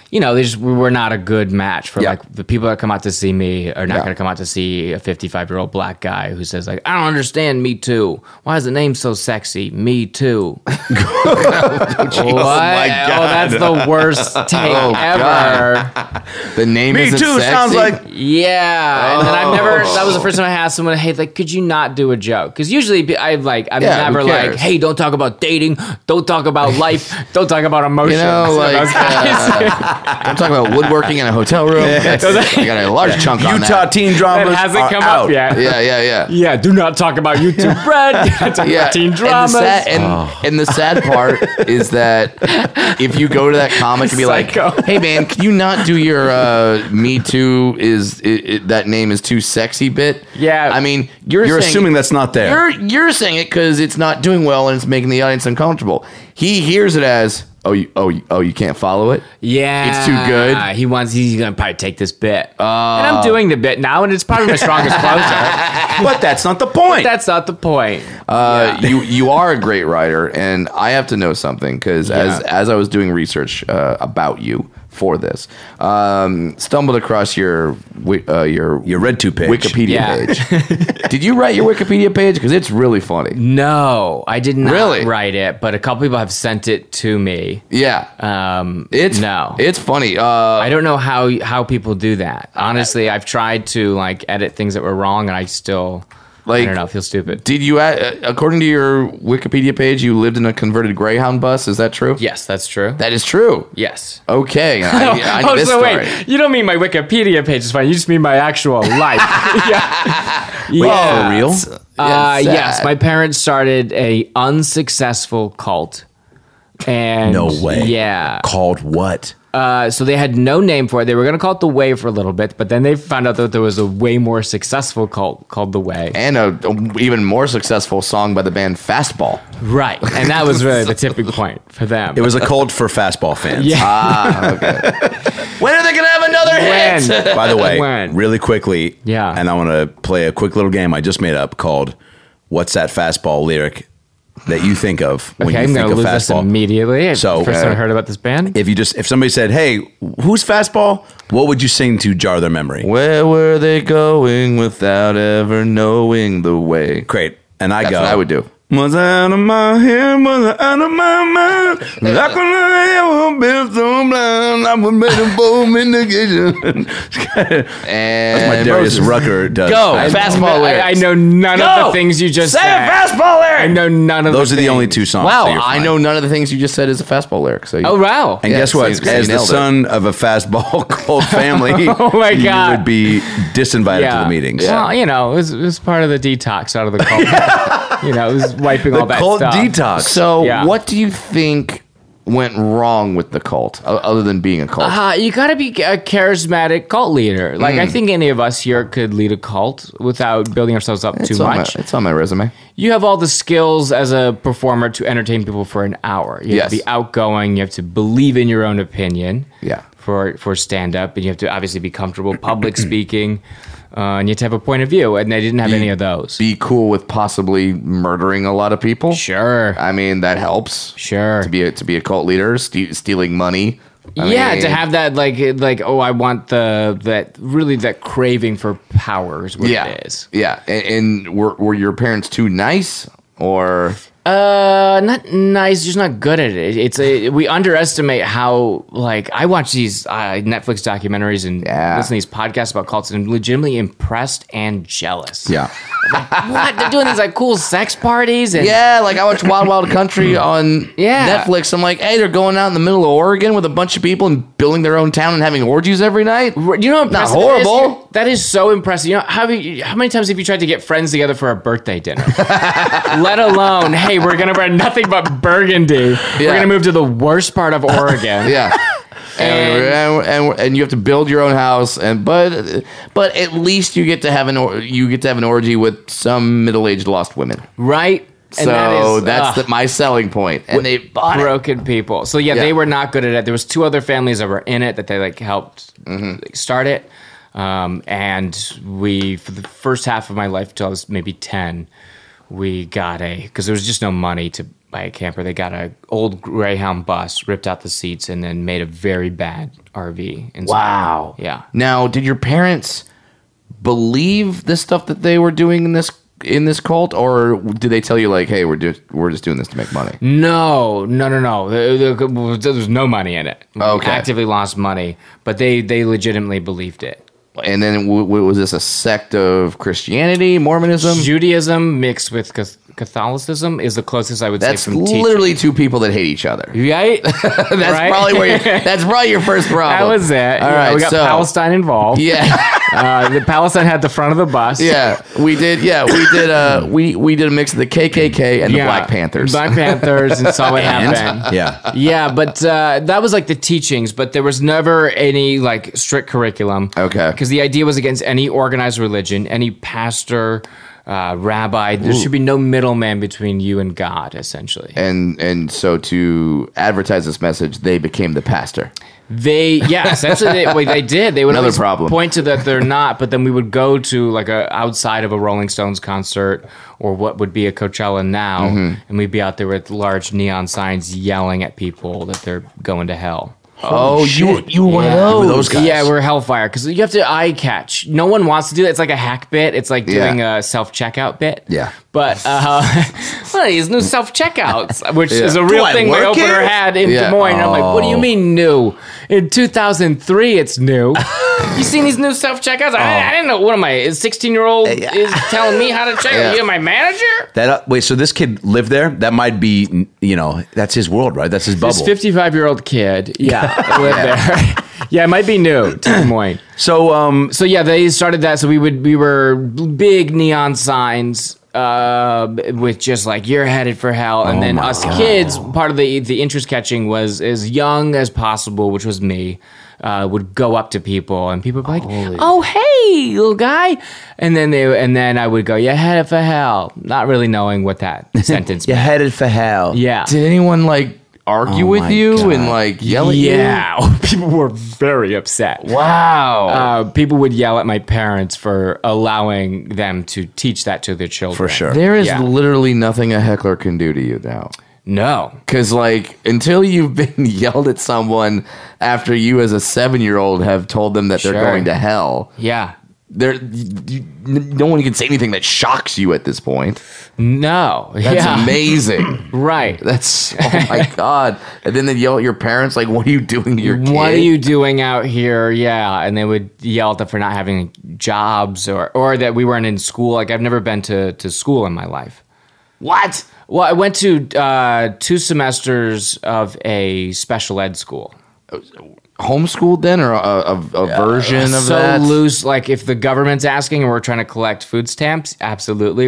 you know, they just we were not a good match for
Yeah.
like the people that come out to see me are not
Yeah.
going to come out to see a 55 year old black guy who says like I don't understand me too. Why is the name so sexy? Me too.
Oh
what? Oh, that's the worst take
Oh,
ever.
The name
Me
isn't
too.
sexy.
Sounds like
Yeah, and then
Oh.
I've never. That was the first time I asked someone, "Hey, like, could you not do a joke?" Because usually I like, I'm
Yeah, who
never
cares?
like, "Hey, don't talk about dating, don't talk about life, don't talk about emotions."
You know, like
Those guys-
uh, I'm talking about woodworking in a hotel room. That's, I got a large chunk on
Utah
that.
teen
that
dramas
hasn't
are
come
out.
up yet.
Yeah, yeah, yeah.
Yeah, do not talk about YouTube bread. Don't talk about teen dramas.
And the sad, and,
Oh.
and the sad part is that if you go to that comic and be
Psycho.
like, "Hey man, can you not do your uh, Me Too is it, it, that name is too sexy bit?"
Yeah.
I mean, you're
You're
saying-
assuming that's not there.
You're you're saying it because it's not doing well and it's making the audience uncomfortable. He hears it as, "Oh, you, oh, you, oh, you can't follow it."
yeah,
It's too good. Oh.
He wants. He's gonna probably take this bit, and I'm doing the bit now, and it's probably my strongest closer.
but that's not the point.
That's not the point.
Uh, you you are a great writer, and I have to know something because as as I was doing research uh, about you for this, um, stumbled across your wi- uh, your
Your red two page.
Wikipedia
Yeah.
page. Did you write your Wikipedia page? Because it's really funny.
No, I did not
Really?
write it, but a couple people have sent it to me.
Yeah,
Um,
it's
no.
it's funny. Uh,
I don't know how how people do that. Honestly, I've tried to like edit things that were wrong, and I still
Like-
I don't know, feel stupid.
did you, uh, according to your Wikipedia page, you lived in a converted Greyhound bus? Is that true?
yes, that's true.
that is true.
yes.
Okay. I, I need
oh,
this
so
story.
wait, you don't mean my Wikipedia page is fine. You just mean my actual life. yeah.
Oh,
yeah.
for real?
Uh,
It's sad.
yes, my parents started a unsuccessful cult. And
No way.
Yeah.
Called what?
Uh, so they had no name for it. They were going to call it the Way for a little bit, but then they found out that there was a way more successful cult called the Way.
and a, a even more successful song by the band Fastball.
Right, and that was really the tipping point for them.
It was a cold for fastball fans.
Yeah.
When are they gonna have another hit?
When?
By the way,
When?
really quickly,
Yeah.
and I want to play a quick little game I just made up called "What's that fastball lyric that you think of when
okay,
you
I'm
think
going to
of
lose this
fastball?"
immediately.
So,
first
uh,
time I heard about this band.
if you just if somebody said, "Hey, who's fastball?" What would you sing to jar their memory?
Where were they going without ever knowing the way?
Great, and I
That's
go.
what I would do.
Was out of my head, was out of my mind. Like when I ever been so blind, I would make a boom in the kitchen.
And
That's my Darius Rucker does.
Go,
I-
fastball lyrics.
I, I know none of the
Go!
things you just
Say a
said.
fastball lyric.
I know none of
Those are the
things.
only two songs.
Wow,
so you're
I
fine.
know none of the things you just said is a fastball lyric. So you,
Oh wow!
And
Yeah,
guess what?
so you-
As
you
the
nailed it.
son of a fastball cold family,
Oh my God.
you would be disinvited to the meetings.
Well, you know, it was, it was part of the detox out of the cult. You know, it was wiping all
The
that
cult
stuff.
detox.
So
Yeah.
what do you think went wrong with the cult, o- other than being a cult?
Uh, you gotta be a charismatic cult leader. Like
Hmm.
I think any of us here could lead a cult without building ourselves up
it's
too
on
much.
My, it's on my resume.
you have all the skills as a performer to entertain people for an hour. You have to
Yes.
be outgoing. You have to believe in your own opinion.
Yeah.
For for stand up, and you have to obviously be comfortable public speaking, uh, and you have to have a point of view. And they didn't have any of those.
Be cool with possibly murdering a lot of people.
sure.
I mean that helps.
Sure.
To be a, to be a cult leader, ste stealing money. I
yeah,
mean,
to have that like it- like oh, I want the that really that craving for power is what
yeah,
it is.
yeah. And, and were were your parents too nice or?
Uh, not nice. Just not good at it. It's a we underestimate how like I watch these uh, Netflix documentaries and
Yeah.
listen to these podcasts about cults and I'm legitimately impressed and jealous.
Yeah.
what they're doing these like cool sex parties and
Yeah, like I watch Wild Wild Country on
Yeah.
Netflix. I'm like, hey, they're going out in the middle of Oregon with a bunch of people and building their own town and having orgies every night.
Do you know how impressive that is?
horrible.
That is so impressive. You know how many- how many times have you tried to get friends together for a birthday dinner? Let alone, hey, we're gonna wear nothing but burgundy. We're
Yeah.
gonna move to the worst part of Oregon.
Yeah. And, and, and you have to build your own house, and but but at least you get to have an or, you get to have an orgy with some middle aged lost women.
Right.
So
that is-
that's
ugh,
the, my selling point, and they bought it.
broken people. So yeah,
Yeah.
they were not good at it. There was two other families that were in it that they like helped
Mm-hmm.
like, start it. Um, and we, for the first half of my life, till I was maybe ten, we got a because there was just no money to buy a camper. They got a old Greyhound bus, ripped out the seats, and then made a very bad RV. Inside.
Wow.
Yeah.
Now, did your parents believe the stuff that they were doing in this in this cult, or did they tell you like, "Hey, we're just we're just doing this to make money"?
No, no, no, no. There, there was there was no money in it. We
Okay.
Actively lost money, but they they legitimately believed it.
And then w- w- was this a sect of Christianity, Mormonism?
Judaism mixed with Cath- Catholicism is the closest I would
That's
say from teaching.
literally two people that hate each other.
right.
that's probably where you, that's probably your first
that
problem.
was it.
All
You know,
right,
we got
so
Palestine involved.
yeah,
uh, the Palestine had the front of the bus.
yeah, we did. Yeah, we did. Uh, we we did a mix of the KKK and
Yeah.
the Black Panthers.
Black Panthers, and saw what happened.
Yeah.
Yeah, but uh, that was like the teachings, but there was never any like strict curriculum.
Okay.
Because the idea was against any organized religion, any pastor, uh, rabbi. There should be no middleman between you and God, essentially.
and and so to advertise this message, they became the pastor.
They yeah, essentially they, well, they did. They would
Another
always
problem.
point to that they're not, but then we would go to like a outside of a Rolling Stones concert or what would be a Coachella now,
Mm-hmm.
and we'd be out there with large neon signs yelling at people that they're going to hell.
Oh, you you were one of
Yeah.
those.
Those guys.
Yeah, we're hellfire because you have to eye catch. No one wants to do that. It's like a hack bit. It's like
Yeah.
doing a self checkout bit.
Yeah.
but uh, well, these new self checkouts, which is a
Do
real
I
thing my
work
opener
here?
had in
Yeah.
Des Moines. And I'm like, what do you mean new? In 2003, it's new. you seen these new self checkouts? I, I didn't know. What am I? A 16 year old is telling me how to check?
Yeah.
You're my manager.
That uh, wait, so this kid lived there? That might be, you know, that's his world, right? That's his
This
bubble.
55 year old kid, yeah, lived there. yeah, it might be new to Des Moines.
so, um,
so yeah, they started that. So we would we were big neon signs uh, with just like you're headed for hell, and
Oh
then
my
us
God.
kids. Part of the the interest catching was as young as possible, which was me. Uh, would go up to people and people would be like, "Oh hey, little guy," and then they and then I would go, "You're headed for hell," not really knowing what that sentence. meant.
headed for hell.
Yeah,
Did anyone like argue
Oh
with
my
you
God.
and like yell at
yeah. people were very upset.
you? Wow.
uh, people would yell at my parents for allowing them to teach that to their children.
For sure.
there is
yeah.
literally nothing a heckler can do to you now.
No.
Cause like until you've been yelled at someone after you as a seven year old have told them that they're
Sure.
going to hell,
Yeah.
there you, n- no one can say anything that shocks you at this point.
No.
That's
yeah.
amazing.
Right.
That's oh my god. And then they yell at your parents like, "What are you doing to your kid?"
What are you doing out here? Yeah. And they would yell at them for not having jobs or, or that we weren't in school. Like, I've never been to, to school in my life.
What?
Well, I went to uh, two semesters of a special ed school.
Homeschooled then, or a, a, a version of
so
that?
loose. Like if the government's asking and we're trying to collect food stamps, absolutely,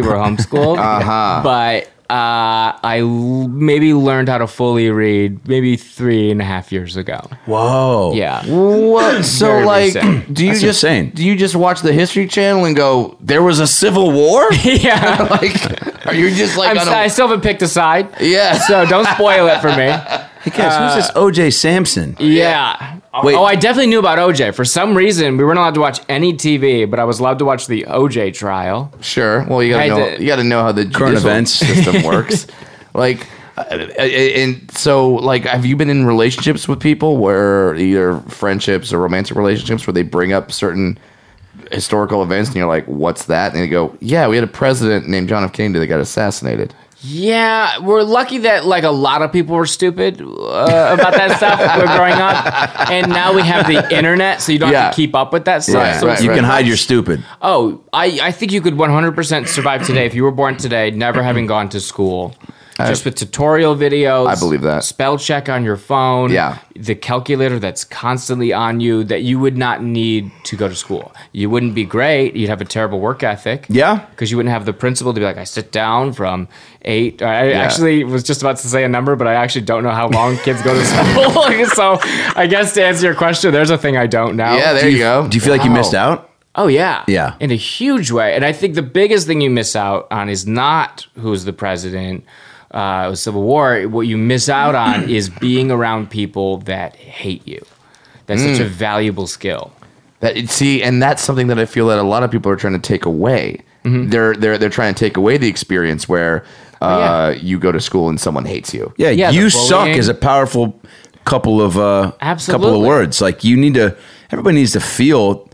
we're homeschooled. uh-huh. But uh, I l- maybe learned how to fully read maybe three and a half years ago.
Whoa.
Yeah.
What? So
Very
like,
recent.
do you
That's
just
insane.
do you just watch the History Channel and go, "There was a civil war"?
yeah.
like, are you just like,
I'm,
on
si-
a-
I still haven't picked a side.
yeah?
So don't spoil it for me.
Hey guys, who's this OJ Sampson?
Yeah.
Wait.
Oh, I definitely knew about OJ. For some reason, we weren't allowed to watch any TV, but I was allowed to watch the OJ trial.
Sure. Well, you gotta
I
know.
did-
You gotta know how the
Current
judicial
events.
system works. like, uh, uh, and so like, have you been in relationships with people where either friendships or romantic relationships where they bring up certain historical events and you're like, "What's that?" And they go, "Yeah, we had a president named John F. Kennedy that got assassinated."
Yeah, we're lucky that like a lot of people were stupid uh, about that stuff when growing up, and now we have the internet, so you don't
Yeah.
have to keep up with that stuff.
Right,
so
right,
it's-
you
right.
can hide your stupid.
Oh, I, I think you could 100% survive today if you were born today,
Mm-hmm.
never having gone to school. Just with tutorial videos.
I believe that.
Spell check on your phone.
Yeah.
The calculator that's constantly on you that you would not need to go to school. You wouldn't be great. You'd have a terrible work ethic.
Yeah.
Because you wouldn't have the principle to be like, I sit down from eight. I actually was just about to say a number, but I actually don't know how long kids go to school. so I guess to answer your question, there's a thing I don't know.
Yeah, there you, go.
Do you feel like you
Wow.
missed out?
Oh yeah.
Yeah.
In a huge way. And I think the biggest thing you miss out on is not who's the president, uh, it was Civil War. What you miss out on is being around people that hate you. That's such a
Mm.
valuable skill.
That see, and that's something that I feel that a lot of people are trying to take away.
Mm-hmm.
They're they're they're trying to take away the experience where uh, you go to school and someone hates you.
Yeah,
Yeah, the
you suck
bullying.
is a powerful couple of uh couple
Absolutely.
of words. Like you need to everybody needs to feel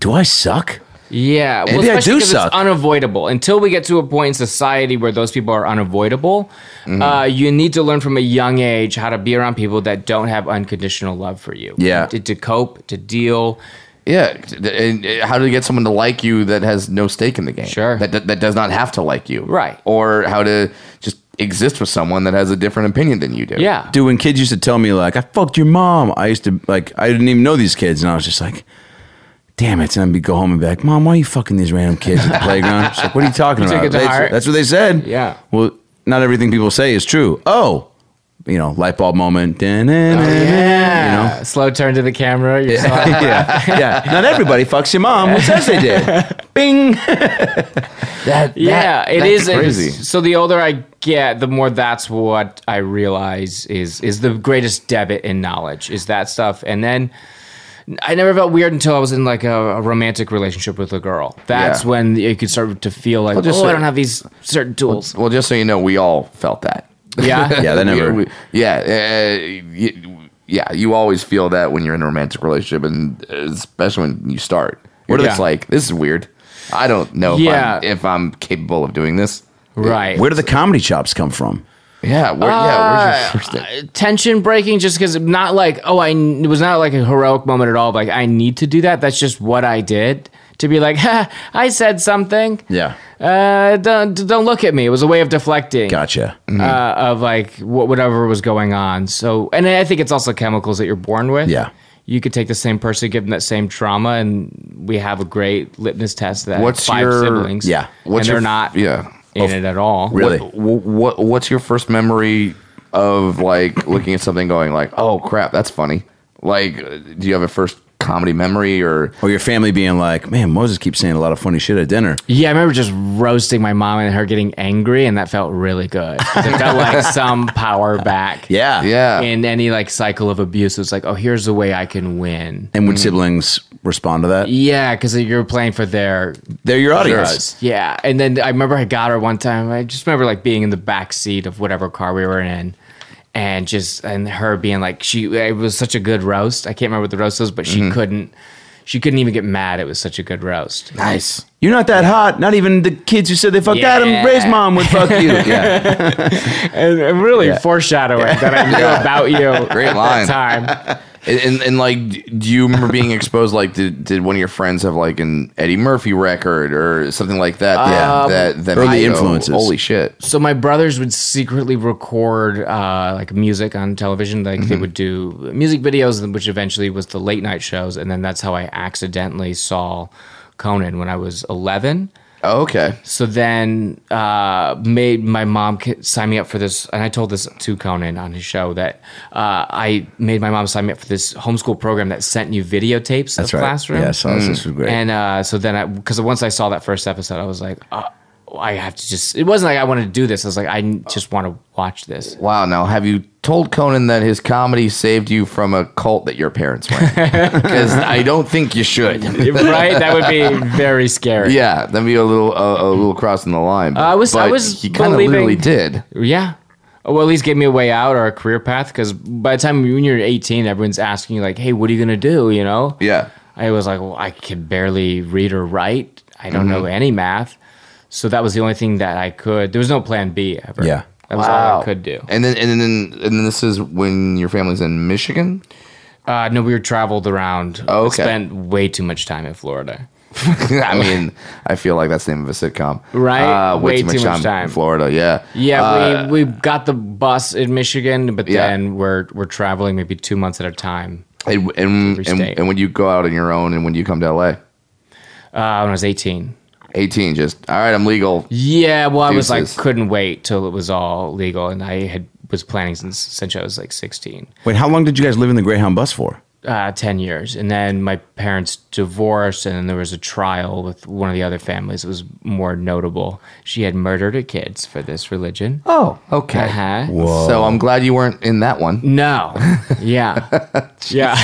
do I suck?
Yeah. Well,
Maybe I
especially
do
'cause
suck.
It's unavoidable. Until we get to a point in society where those people are unavoidable,
Mm.
uh, you need to learn from a young age how to be around people that don't have unconditional love for you.
Yeah.
To, to cope, to deal.
Yeah, and uh, how do you get someone to like you that has no stake in the game?
Sure.
that that, that does not have to like you,
Right.
Or how to just exist with someone that has a different opinion than you do.
Yeah.
Dude, when kids used to tell me like I fucked your mom, I used to like I didn't even know these kids and I was just like Damn it! And I'd be go home and be like, "Mom, why are you fucking these random kids at the playground?" She's like, "What are you talking
took
about?"
it to
They-
heart?
That's what they said.
Yeah.
Well, not everything people say is true. Oh, you know, light bulb moment.
Oh, Yeah.
You know?
Slow turn to the camera. You're so-
yeah, yeah. Not everybody fucks your mom. Who says they did? Bing.
that, that-
yeah, it
that's
is it is-
crazy.
so the older I get, the more that's what I realize is is the greatest debit in knowledge is that stuff. And then I never felt weird until I was in like a, a romantic relationship with a girl. That's
Yeah.
when you could start to feel like,
just
oh,
say-
I don't have these certain tools.
well, just so you know, we all felt that.
yeah,
Yeah, that
We-
never.
we- yeah, uh, y- yeah. You always feel that when you're in a romantic relationship, and uh, especially when you start, where
Yeah.
it's like, this is weird. I don't know
Yeah.
if, I'm, if I'm capable of doing this.
right.
Where do the comedy chops come from?
Yeah, where,
Uh,
yeah. Where's your first date?
tension breaking just because not like oh i it was not like a heroic moment at all but, like i need to do that that's just what i did to be like ha, i said something
Yeah,
uh don't don't look at me it was a way of deflecting
gotcha.
uh, of like wh- whatever was going on so and i think it's also chemicals that you're born with
Yeah.
you could take the same person give them that same trauma and we have a great litmus test that
What's
five
your-
siblings.
yeah.
What's
and they're
your-
not
yeah. Oh, Of-
in it at all.
Really?
What, what what's your first memory of like looking at something going like, "Oh crap, that's funny." Like uh, do you have a first comedy memory or
Or your family being like, man, Moses keeps saying a lot of funny shit at dinner.
Yeah, I remember just roasting my mom and her getting angry, and that felt really good. 'Cause It felt like some power back.
Yeah.
yeah.
In any like cycle of abuse, it's like, oh, here's the way I can win.
And would siblings respond to that?
Yeah, because you're playing for their
They're your audience.
drugs. Yeah, and then I remember I got her one time. I just remember like being in the back seat of whatever car we were in, and just and her being like, she it was such a good roast. I can't remember what the roast was, but
Mm-hmm.
she couldn't. She couldn't even get mad. It was such a good roast.
nice.
You're not that hot. Not even the kids who said they fucked
Yeah.
Adam Ray's mom would fuck you. yeah.
and, and really foreshadowing that I knew about you
Great
at
line.
that time.
And, and and like d- do you remember being exposed like did, did one of your friends have like an Eddie Murphy record or something like that?
Um,
that that
Early
you go,
influences.
Holy shit.
So my brothers would secretly record uh, like music on television. Like
Mm-hmm.
they would do music videos, which eventually was the late night shows, and then that's how I accidentally saw Conan when I was eleven.
Oh, okay.
So then, uh, made my mom ki- sign me up for this, and I told this to Conan on his show that uh, I made my mom sign me up for this homeschool program that sent you videotapes
That's
of
right.
classroom.
Yeah, I saw this. This was great.
And uh, so then, I because once I saw that first episode, I was like, uh, I have to just. It wasn't like I wanted to do this. I was like, I n- just want to watch this.
Wow. Now, have you told Conan that his comedy saved you from a cult that your parents were in? Because I don't think you should.
right? That would be very scary.
Yeah, that'd be a little a, a little crossing the line. But,
Uh, I was- I was
He kind of
believing-
literally did.
Yeah. Well, at least gave me a way out or a career path. Because by the time when you're 18, everyone's asking you like, "Hey, what are you gonna do?" You know?
Yeah.
I was like, well, I can barely read or write. I don't
Mm-hmm.
know any math. So that was the only thing that I could. There was no plan B ever.
Yeah.
That was all I could do.
And then and then and then this is when your family's in Michigan.
Uh, no, we were traveled around.
Oh, okay.
Spent way too much time in Florida.
I mean, I feel like that's the name of a sitcom.
Right?
Uh, way, too, much time,
Time.
in Florida. Yeah.
Yeah,
Uh,
we, we got the bus in Michigan, but
Yeah.
then we're we're traveling maybe two months at a time.
and, and,
every
and,
state.
and when you go out on your own, and when you come to LA,
Uh, when I was 18.
eighteen, just all right, I'm legal.
Yeah, well, I was like,
Deuces.
couldn't wait till it was all legal, and I had was planning since since I was like 16.
Wait, how long did you guys live in the Greyhound bus for?
uh, 10 years. And then my parents divorced, and then there was a trial with one of the other families. It was more notable. She had murdered her kids for this religion.
Oh, okay.
Uh-huh.
So I'm glad you weren't in that one.
No. Yeah. yeah.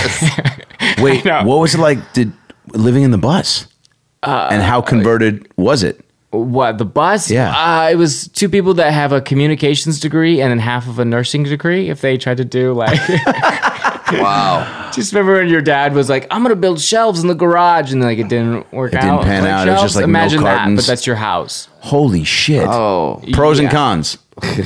Wait,
know.
what was it like did living in the bus?
Uh,
and how converted was it?
what, the bus?
Yeah.
Uh, it was two people that have a communications degree and then half of a nursing degree if they tried to do like.
Wow.
Just remember when your dad was like, "I'm gonna build shelves in the garage," and like it didn't work
It
out.
didn't pan
Like,
out. It was just,
shelves?
like, milk
imagine that,
cartons.
but that's your house.
Holy shit.
Oh,
Pros and
yeah.
cons.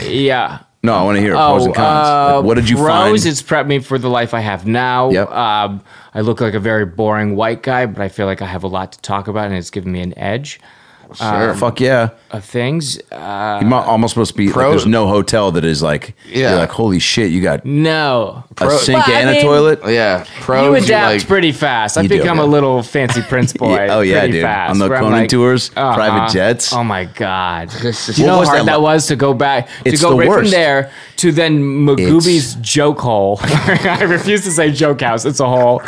Yeah.
No, I want to hear pros and cons. Like,
uh,
what did you
pros,
find?
it's prepped me for the life I have now.
Yep.
Um, I look like a very boring white guy, but I feel like I have a lot to talk about, and it's given me an edge
sure.
Uh, Fuck yeah.
of things. Uh,
You might almost supposed to be like,
Pro-
there's no hotel that is like
Yeah.
you're like, holy shit, you got
no,
a sink
But, I
and a
mean,
toilet.
yeah. Pros,
you
you
adapt
like-
pretty fast. I've
You do,
become
yeah.
a little fancy prince boy.
Yeah, oh, yeah,
pretty
dude.
Fast,
On the
where I'm
Conan tours, private jets.
Oh my god, do
What
you know how
was that
hard that,
like?
was to go back to
It's
go
the
right
worst.
from there to then Magoobie's joke hole. I refuse to say joke house. It's a hole.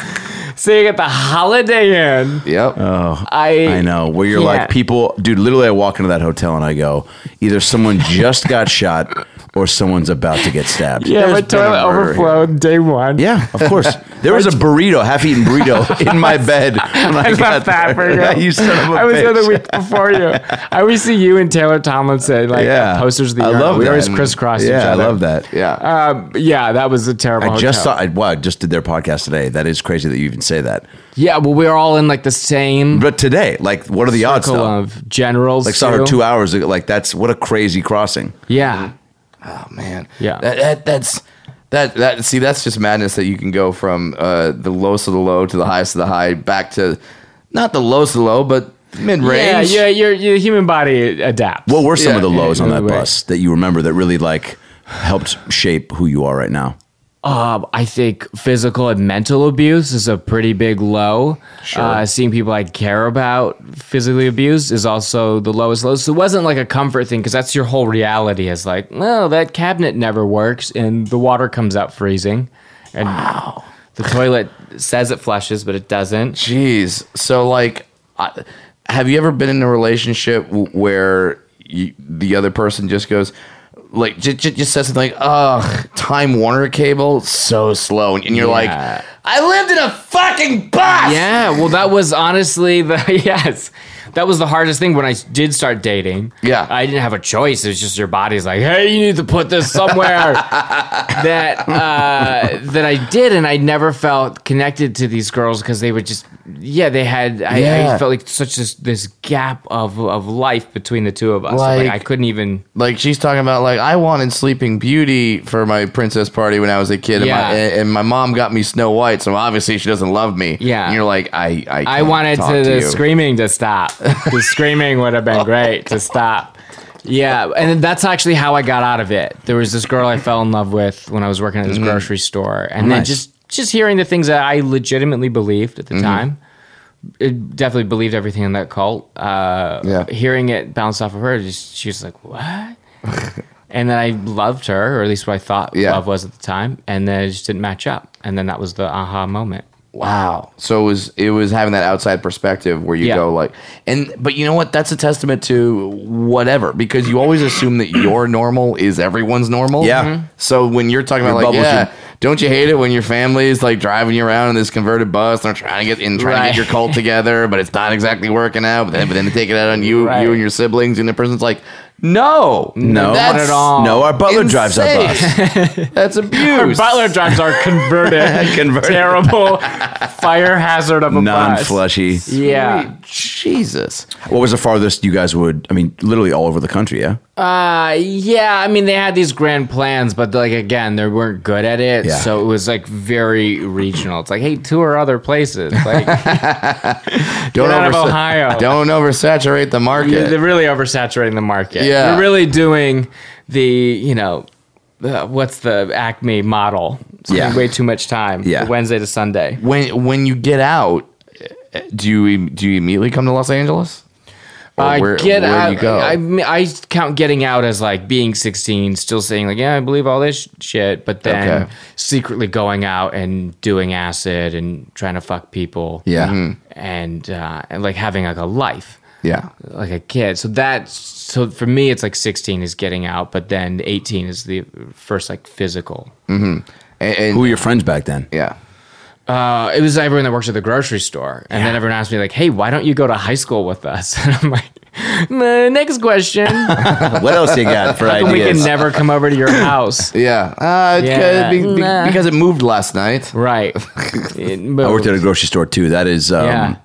Seeing at the Holiday Inn,
Yep.
I
I know. Where you're like,
can't.
people, dude, literally, I walk into that hotel and I go, either someone just got shot or someone's about to get stabbed.
Yeah,
There's
my
been a
toilet
murder
overflowed day one.
Yeah, of course. There was a burrito, half eaten burrito in my bed. When I,
left
got
that
there.
burrito.
Yeah, you son of a
I was there
bitch.
the week before you. I always see you and Taylor Tomlinson like
Yeah.
posters of the
I
year.
love
we
that.
always crisscross each
Yeah, I
other.
love that.
yeah.
Um, yeah, that was a terrible.
I just
hotel.
saw, I, wow, I just did their podcast today. That is crazy that you even say that.
Yeah, well, we were all in like the same
But today, like, what are the odds
circle
though?
of generals.
Oh, Like, saw her
too.
two hours ago. Like, that's what a crazy crossing.
Yeah,
Oh man.
Yeah.
That, that that's that that see that's just madness that you can go from uh, the lowest of the low to the highest of the high back to not the lowest of the low but mid
yeah,
range.
yeah. Your your human body adapts.
What were some
Yeah,
of the
yeah,
lows on
yeah,
that
right.
bus that you remember that really like helped shape who you are right now?
Um, I think physical and mental abuse is a pretty big low. Sure. Uh, seeing people I care about physically abused is also the lowest low. So it wasn't like a comfort thing because that's your whole reality is like, well, that cabinet never works and the water comes out freezing. And the toilet says it flushes, but it doesn't.
Jeez. So like, I, have you ever been in a relationship w- where you, the other person just goes, like, j- j- just says something like, "Ugh, Time Warner cable so slow," and you're
Yeah.
like, "I lived in a fucking bus."
Yeah, well, that was honestly the yes, that was the hardest thing when I did start dating.
Yeah.
I didn't have a choice. It's just your body's like, hey, you need to put this somewhere. that uh, that I did, and I never felt connected to these girls because they would just, yeah, they had. I, I
Yeah.
felt like such this this gap of of life between the two of us. Like,
Like-
I couldn't even.
Like she's talking about like I wanted Sleeping Beauty for my princess party when I was a kid, and,
Yeah.
my, and- and my mom got me Snow White, so obviously she doesn't love me.
Yeah.
and you're like I I,
I
can't
wanted
talk
to, the
you. Oh,
screaming to stop. The screaming would have been great to stop. Yeah, and that's actually how I got out of it. There was this girl I fell in love with when I was working at this grocery store, and
Mm-hmm.
then
Nice. Mm-hmm.
just just hearing the things that I legitimately believed at the time. It definitely believed everything in that cult. Uh,
Yeah.
Hearing it bounce off of her, just she was like, "What?" and then I loved her, or at least what I thought
Yeah.
love was at the time, and then it just didn't match up. And then that was the aha moment.
Wow. So it was it was having that outside perspective where you
Yeah.
go like and but you know what that's a testament to whatever because you always assume that your normal is everyone's normal. Mm-hmm.
Yeah. Mhm.
So when you're talking about like
bubbles,
yeah,
you-
don't you hate it when your family is like driving you around in this converted bus and they're trying to get in trying to
Right.
get your cult together but it's not exactly working out but then but then they take it out on you
Right.
you and your siblings and the person's like no
No,
that's
at all.
No, our butler drives our
insane.
bus.
that's
Our
abuse
butler drives are converted,
Converted.
terrible fire hazard of a bus.
Non-flushy.
Yeah.
Jesus
What was the farthest you guys would? I mean, literally all over the country. Yeah.
Uh, yeah. I mean, they had these grand plans, but like again, they weren't good at it.
Yeah.
So it was like very regional. It's like, hey, tour other places. Like
don't
Get out of
oversa-
Ohio.
Don't oversaturate the market.
they're really oversaturating the market.
Yeah.
They're really doing the you know, the, what's the Acme model? Spending
Yeah.
Way too much time.
Yeah.
Wednesday to Sunday.
when when you get out, eh, do you do you immediately come to Los Angeles? Or
I get
where
out.
do you go?
I, mean, I count getting out as like being 16, still saying like, yeah, I believe all this sh- shit, but then
Okay.
secretly going out and doing acid and trying to fuck people.
Yeah.
and uh, and like having like a life,
yeah.
like a kid. So that's so for me, it's like 16 is getting out, but then 18 is the first like physical.
And, and-
Who were your friends back then?
yeah.
Uh, it was everyone that works at the grocery store, and then everyone asked me like, hey, why don't you go to high school with us? And I'm like. "Uh, Next question.
What else you got for
we can
ideas?
never come over to your house.
Yeah. Uh, it
Yeah.
could be- be-
Nah.
because it moved last night.
Right. It
I worked at a
moved.
grocery store too. That is um,
Yeah.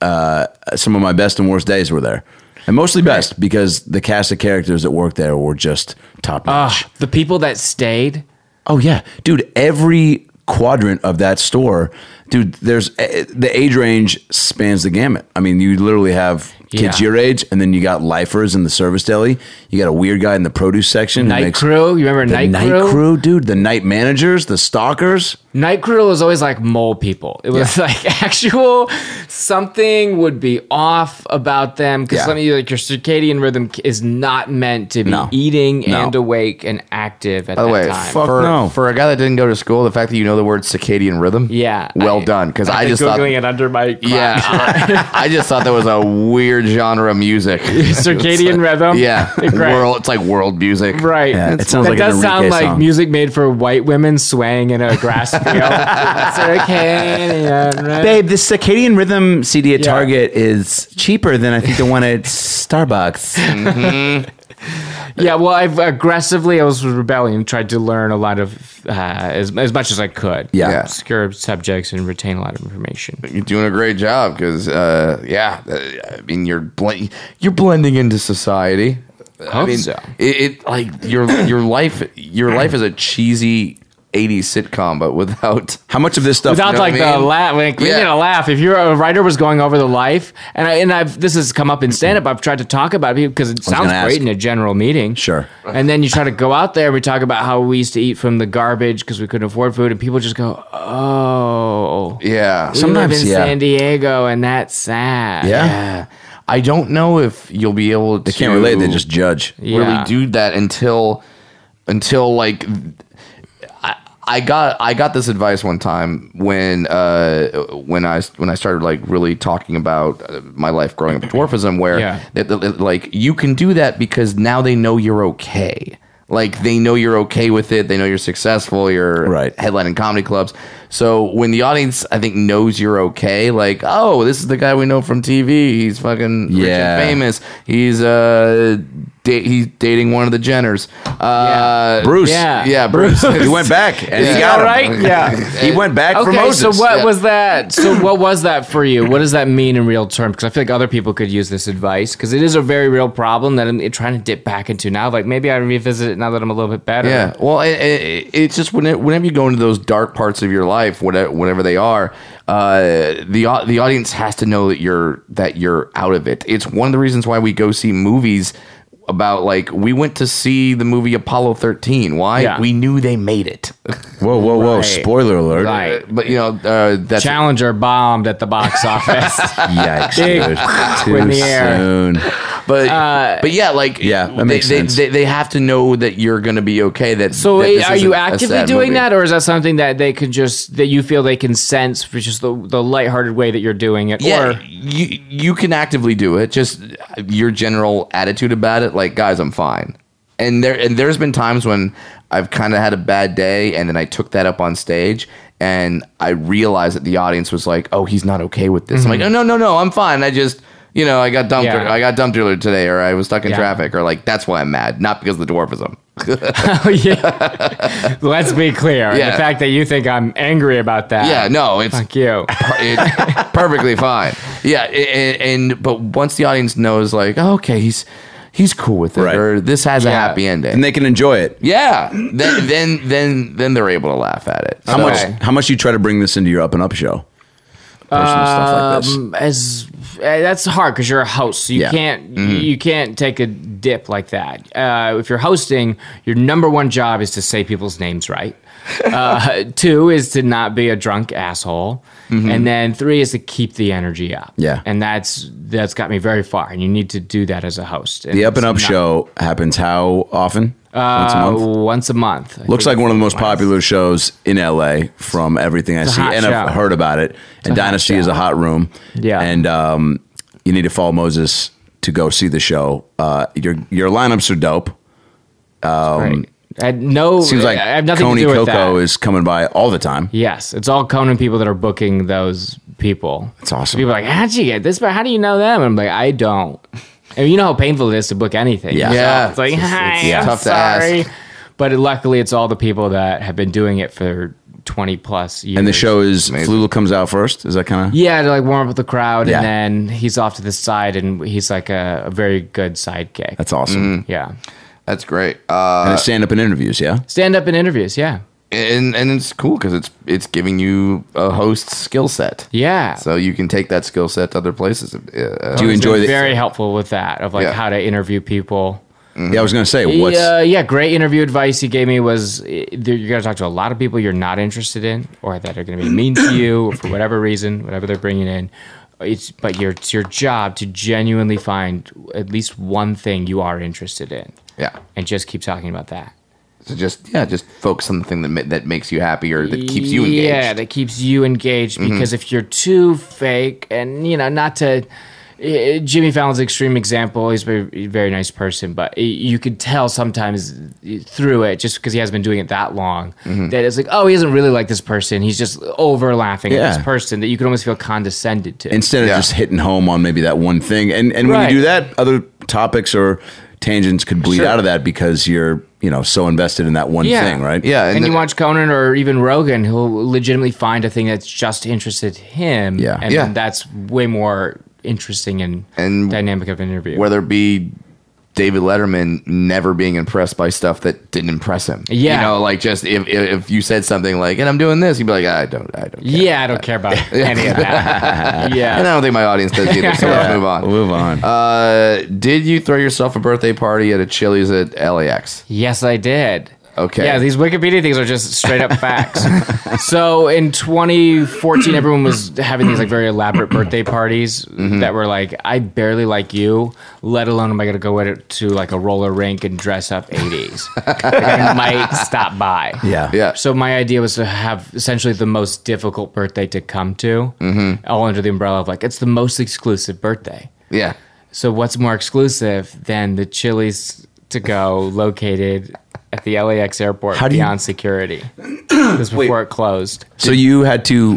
some of my best and worst days were there, and mostly best because the cast of characters that worked there were just top notch.
Ugh, the people that stayed.
Oh yeah, dude. Every quadrant of that store, dude. There's eh, the age range spans the gamut. I mean, you literally have kids
Yeah.
your age, and then you got lifers in the service deli. You got a weird guy in the produce section. who
Night
makes-
crew. You remember
The
night,
night,
crew?
crew? dude. The night managers, the stalkers.
Night crew was always like mole people. It was like actual something would be off about them because
Yeah.
something like your circadian rhythm is not meant to be
No.
eating
No.
and awake and active at
By the
that
way,
time.
fuck
for
no.
for a guy that didn't go to school, the fact that you know the word circadian rhythm,
Yeah,
well
I-
done. Because I,
Like
just
googling
thought,
it under my clock.
yeah, I, I just thought that was a weird genre of music.
circadian rhythm.
yeah,
Great.
world. It's like world music,
Right.
Yeah, it sounds
that
like an
does sound
Enrique
like
song.
music made for white women swaying in a grass field. Circadian rhythm.
Babe, this circadian rhythm CD at
Yeah. Target
is cheaper than I think the one at Starbucks.
Yeah, well, I've aggressively, I was rebellion, tried to learn a lot of, uh, as, as much as I could.
Yeah.
Yeah.
Obscure subjects and retain a lot of information.
you're doing a great job because uh, yeah uh, i mean you're bl- you're blending into society i
Hope
mean
so.
it, it like your your life your life is a cheesy '80s sitcom, but without
How much of this stuff?
Without
know
like
what I
the
mean?
laugh, when it
Yeah.
yeah. a laugh. If you're a writer was going over the life, and I and I've this has come up in stand up. I've tried to talk about it because it sounds
gonna
great
ask.
in a general meeting.
Sure.
And then you try to go out there. We talk about how we used to eat from the garbage because we couldn't afford food, and people just go, "Oh,
yeah.
we
Sometimes,
live in
yeah.
San Diego, and that's sad."
Yeah. I don't know if you'll be able to.
they can't relate. They just judge.
Yeah.
really do that until until like I, I got I got this advice one time when uh when I when I started like really talking about uh, my life growing up with dwarfism where
Yeah.
that- that- like you can do that because now they know you're okay. Like they know you're okay with it. They know you're successful. You're
Right.
headlining comedy clubs. So when the audience, I think, knows you're okay, like, oh, this is the guy we know from TV. He's fucking rich
Yeah.
and famous. He's uh, da- he's dating one of the Jenners. Uh,
Bruce.
Yeah.
yeah, Bruce.
He went back and
Yeah.
he got him.
All right. Yeah.
He went back for
Okay, so
Moses.
what
Yeah.
was that? So what was that for you? What does that mean in real terms? Because I feel like other people could use this advice because it is a very real problem that I'm trying to dip back into now. Like maybe I revisit it now that I'm a little bit better.
Yeah. Well, it, it, it's just when it, whenever you go into those dark parts of your life, whatever, whenever they are, uh, the au- the audience has to know that you're that you're out of it. It's one of the reasons why we go see movies about like we went to see the movie Apollo 13. Why?
Yeah.
We knew they made it.
Whoa, whoa, whoa! Spoiler alert!
Right.
but you know, uh, that's
Challenger bombed at the box office.
Yikes!
Big
dude.
in
Too
the air.
soon.
but
Uh,
but yeah, like
Yeah, that
they,
makes
they,
sense.
They, they have to know that you're going to be okay. That
so
that this
are
isn't
you
a
actively
sad
doing
movie.
that, or is that something that they could just that you feel they can sense for just the the lighthearted way that you're doing it?
Yeah,
Or
you you can actively do it. Just uh, your general attitude about it, like guys, I'm fine. And there and there's been times when I've kind of had a bad day, and then I took that up on stage, and I realized that the audience was like, "Oh, he's not okay with this." I'm like, "No, no, no, no, I'm fine. I just." You know, I got dumped.
Mm-hmm. Yeah.
I got dumped earlier today, or I was stuck in
Yeah.
traffic, or like that's why I'm mad, not because of the dwarfism.
oh, yeah. Let's be clear.
Yeah.
The fact that you think I'm angry about that.
yeah, no, it's
Fuck you.
per- it, perfectly fine. Yeah, and, and but once the audience knows, like, oh, okay, he's he's cool with it,
Right.
or this has a
Yeah.
happy ending.
and they can enjoy it.
yeah, then, then then then they're able to laugh at it.
How
So-
much? How much you try to bring this into your up and up show? Personal stuff like this.
um, as uh, that's hard because you're a host, so you
Yeah. Mm-hmm.
can't you can't take a dip like that. Uh, if you're hosting, your number one job is to say people's names right. Uh, two is to not be a drunk asshole, and then three is to keep the energy up.
Mm-hmm. Yeah.
and that's that's got me very far, and you need to do that as a host.
The up and up
it's not-
show happens how often? Once a
Uh,
month.
once a month. I
Looks
think.
like one of the most popular shows in LA from everything I see,
hot
and I've
show.
heard about it. And Dynasty is a hot room.
Yeah.
and um, you need to follow Moses to go see the show. Uh, your your lineups are dope.
Right. I had no,
Seems like
I have nothing
Coney
to do with
Coco
that.
is coming by all the time.
Yes, it's all Conan people that are booking those people.
It's awesome.
People are like, how'd you get this? But how do you know them? And I'm like, I don't. And you know how painful it is to book anything.
Yeah.
So
Yeah.
It's like,
It's just-
hi,
it's
I'm
tough to ask.
sorry. But luckily, it's all the people that have been doing it for 20 plus years.
And the show is
Amazing.
Flulu comes out first. Is that kind of
Yeah, to like warm up with the crowd.
Yeah.
And then he's off to the side and he's like a, a very good sidekick.
that's
Mm-hmm.
awesome?
yeah.
That's great. Uh,
And it's stand up and interviews. Yeah,
Stand up in interviews. Yeah.
and and it's cool because it's it's giving you a host skill set.
Yeah.
So you can take that skill set to other places. Uh,
do you enjoy the?
very helpful with that of like
Yeah.
how to interview people.
Mm-hmm.
Yeah, I was gonna say what's
yeah, uh, yeah. Great interview advice he gave me was uh, you're going to talk to a lot of people you're not interested in, or that are going to be mean to you or for whatever reason, whatever they're bringing in. It's but your it's your job to genuinely find at least one thing you are interested in,
yeah.
and just keep talking about that.
So just yeah, just focus on the thing that ma- that makes you happy or that keeps you engaged. Mm-hmm.
Yeah, that keeps you engaged because if you're too fake and you know not to. eh, Jimmy Fallon's extreme example. He's a very, very nice person, but eh, you could tell sometimes eh, through it, just because he hasn't been doing it that long,
Mm-hmm.
that it's like, oh, he doesn't really like this person. He's just over laughing at
Yeah.
this person that you can almost feel condescended to.
instead of
Yeah.
just hitting home on maybe that one thing. And and when
Right.
you do that, other topics or tangents could bleed out of that because you're you know so invested in that one
Yeah.
thing, right?
Yeah,
and,
uh, and
you
the-
watch Conan or even Rogan, he'll legitimately find a thing that's just interested him.
Yeah.
and
Yeah.
that's way more interesting and,
And
dynamic of an interview.
whether it be David Letterman never being impressed by stuff that didn't impress him.
Yeah.
you know, like just if if, if you said something like, "And I'm doing this," he'd be like, "I don't, I don't." Care.
Yeah, I don't care about any of that.
And
yeah.
I don't think my audience does either. So let's move on.
Move on.
Uh, did you throw yourself a birthday party at a Chili's at LAX?
Yes, I did.
Okay.
Yeah, these Wikipedia things are just straight up facts. so in 2014, everyone was having these like very elaborate birthday parties that were like, I barely like you, let alone am I going to go at- to like a roller rink and dress up 80s. Like, I might stop by.
yeah.
yeah.
So my idea was to have essentially the most difficult birthday to come to, all under the umbrella of like, it's the most exclusive birthday.
yeah.
So what's more exclusive than the Chili's to go located at the LAX airport
How do you-
beyond security? This before it closed.
So you had to.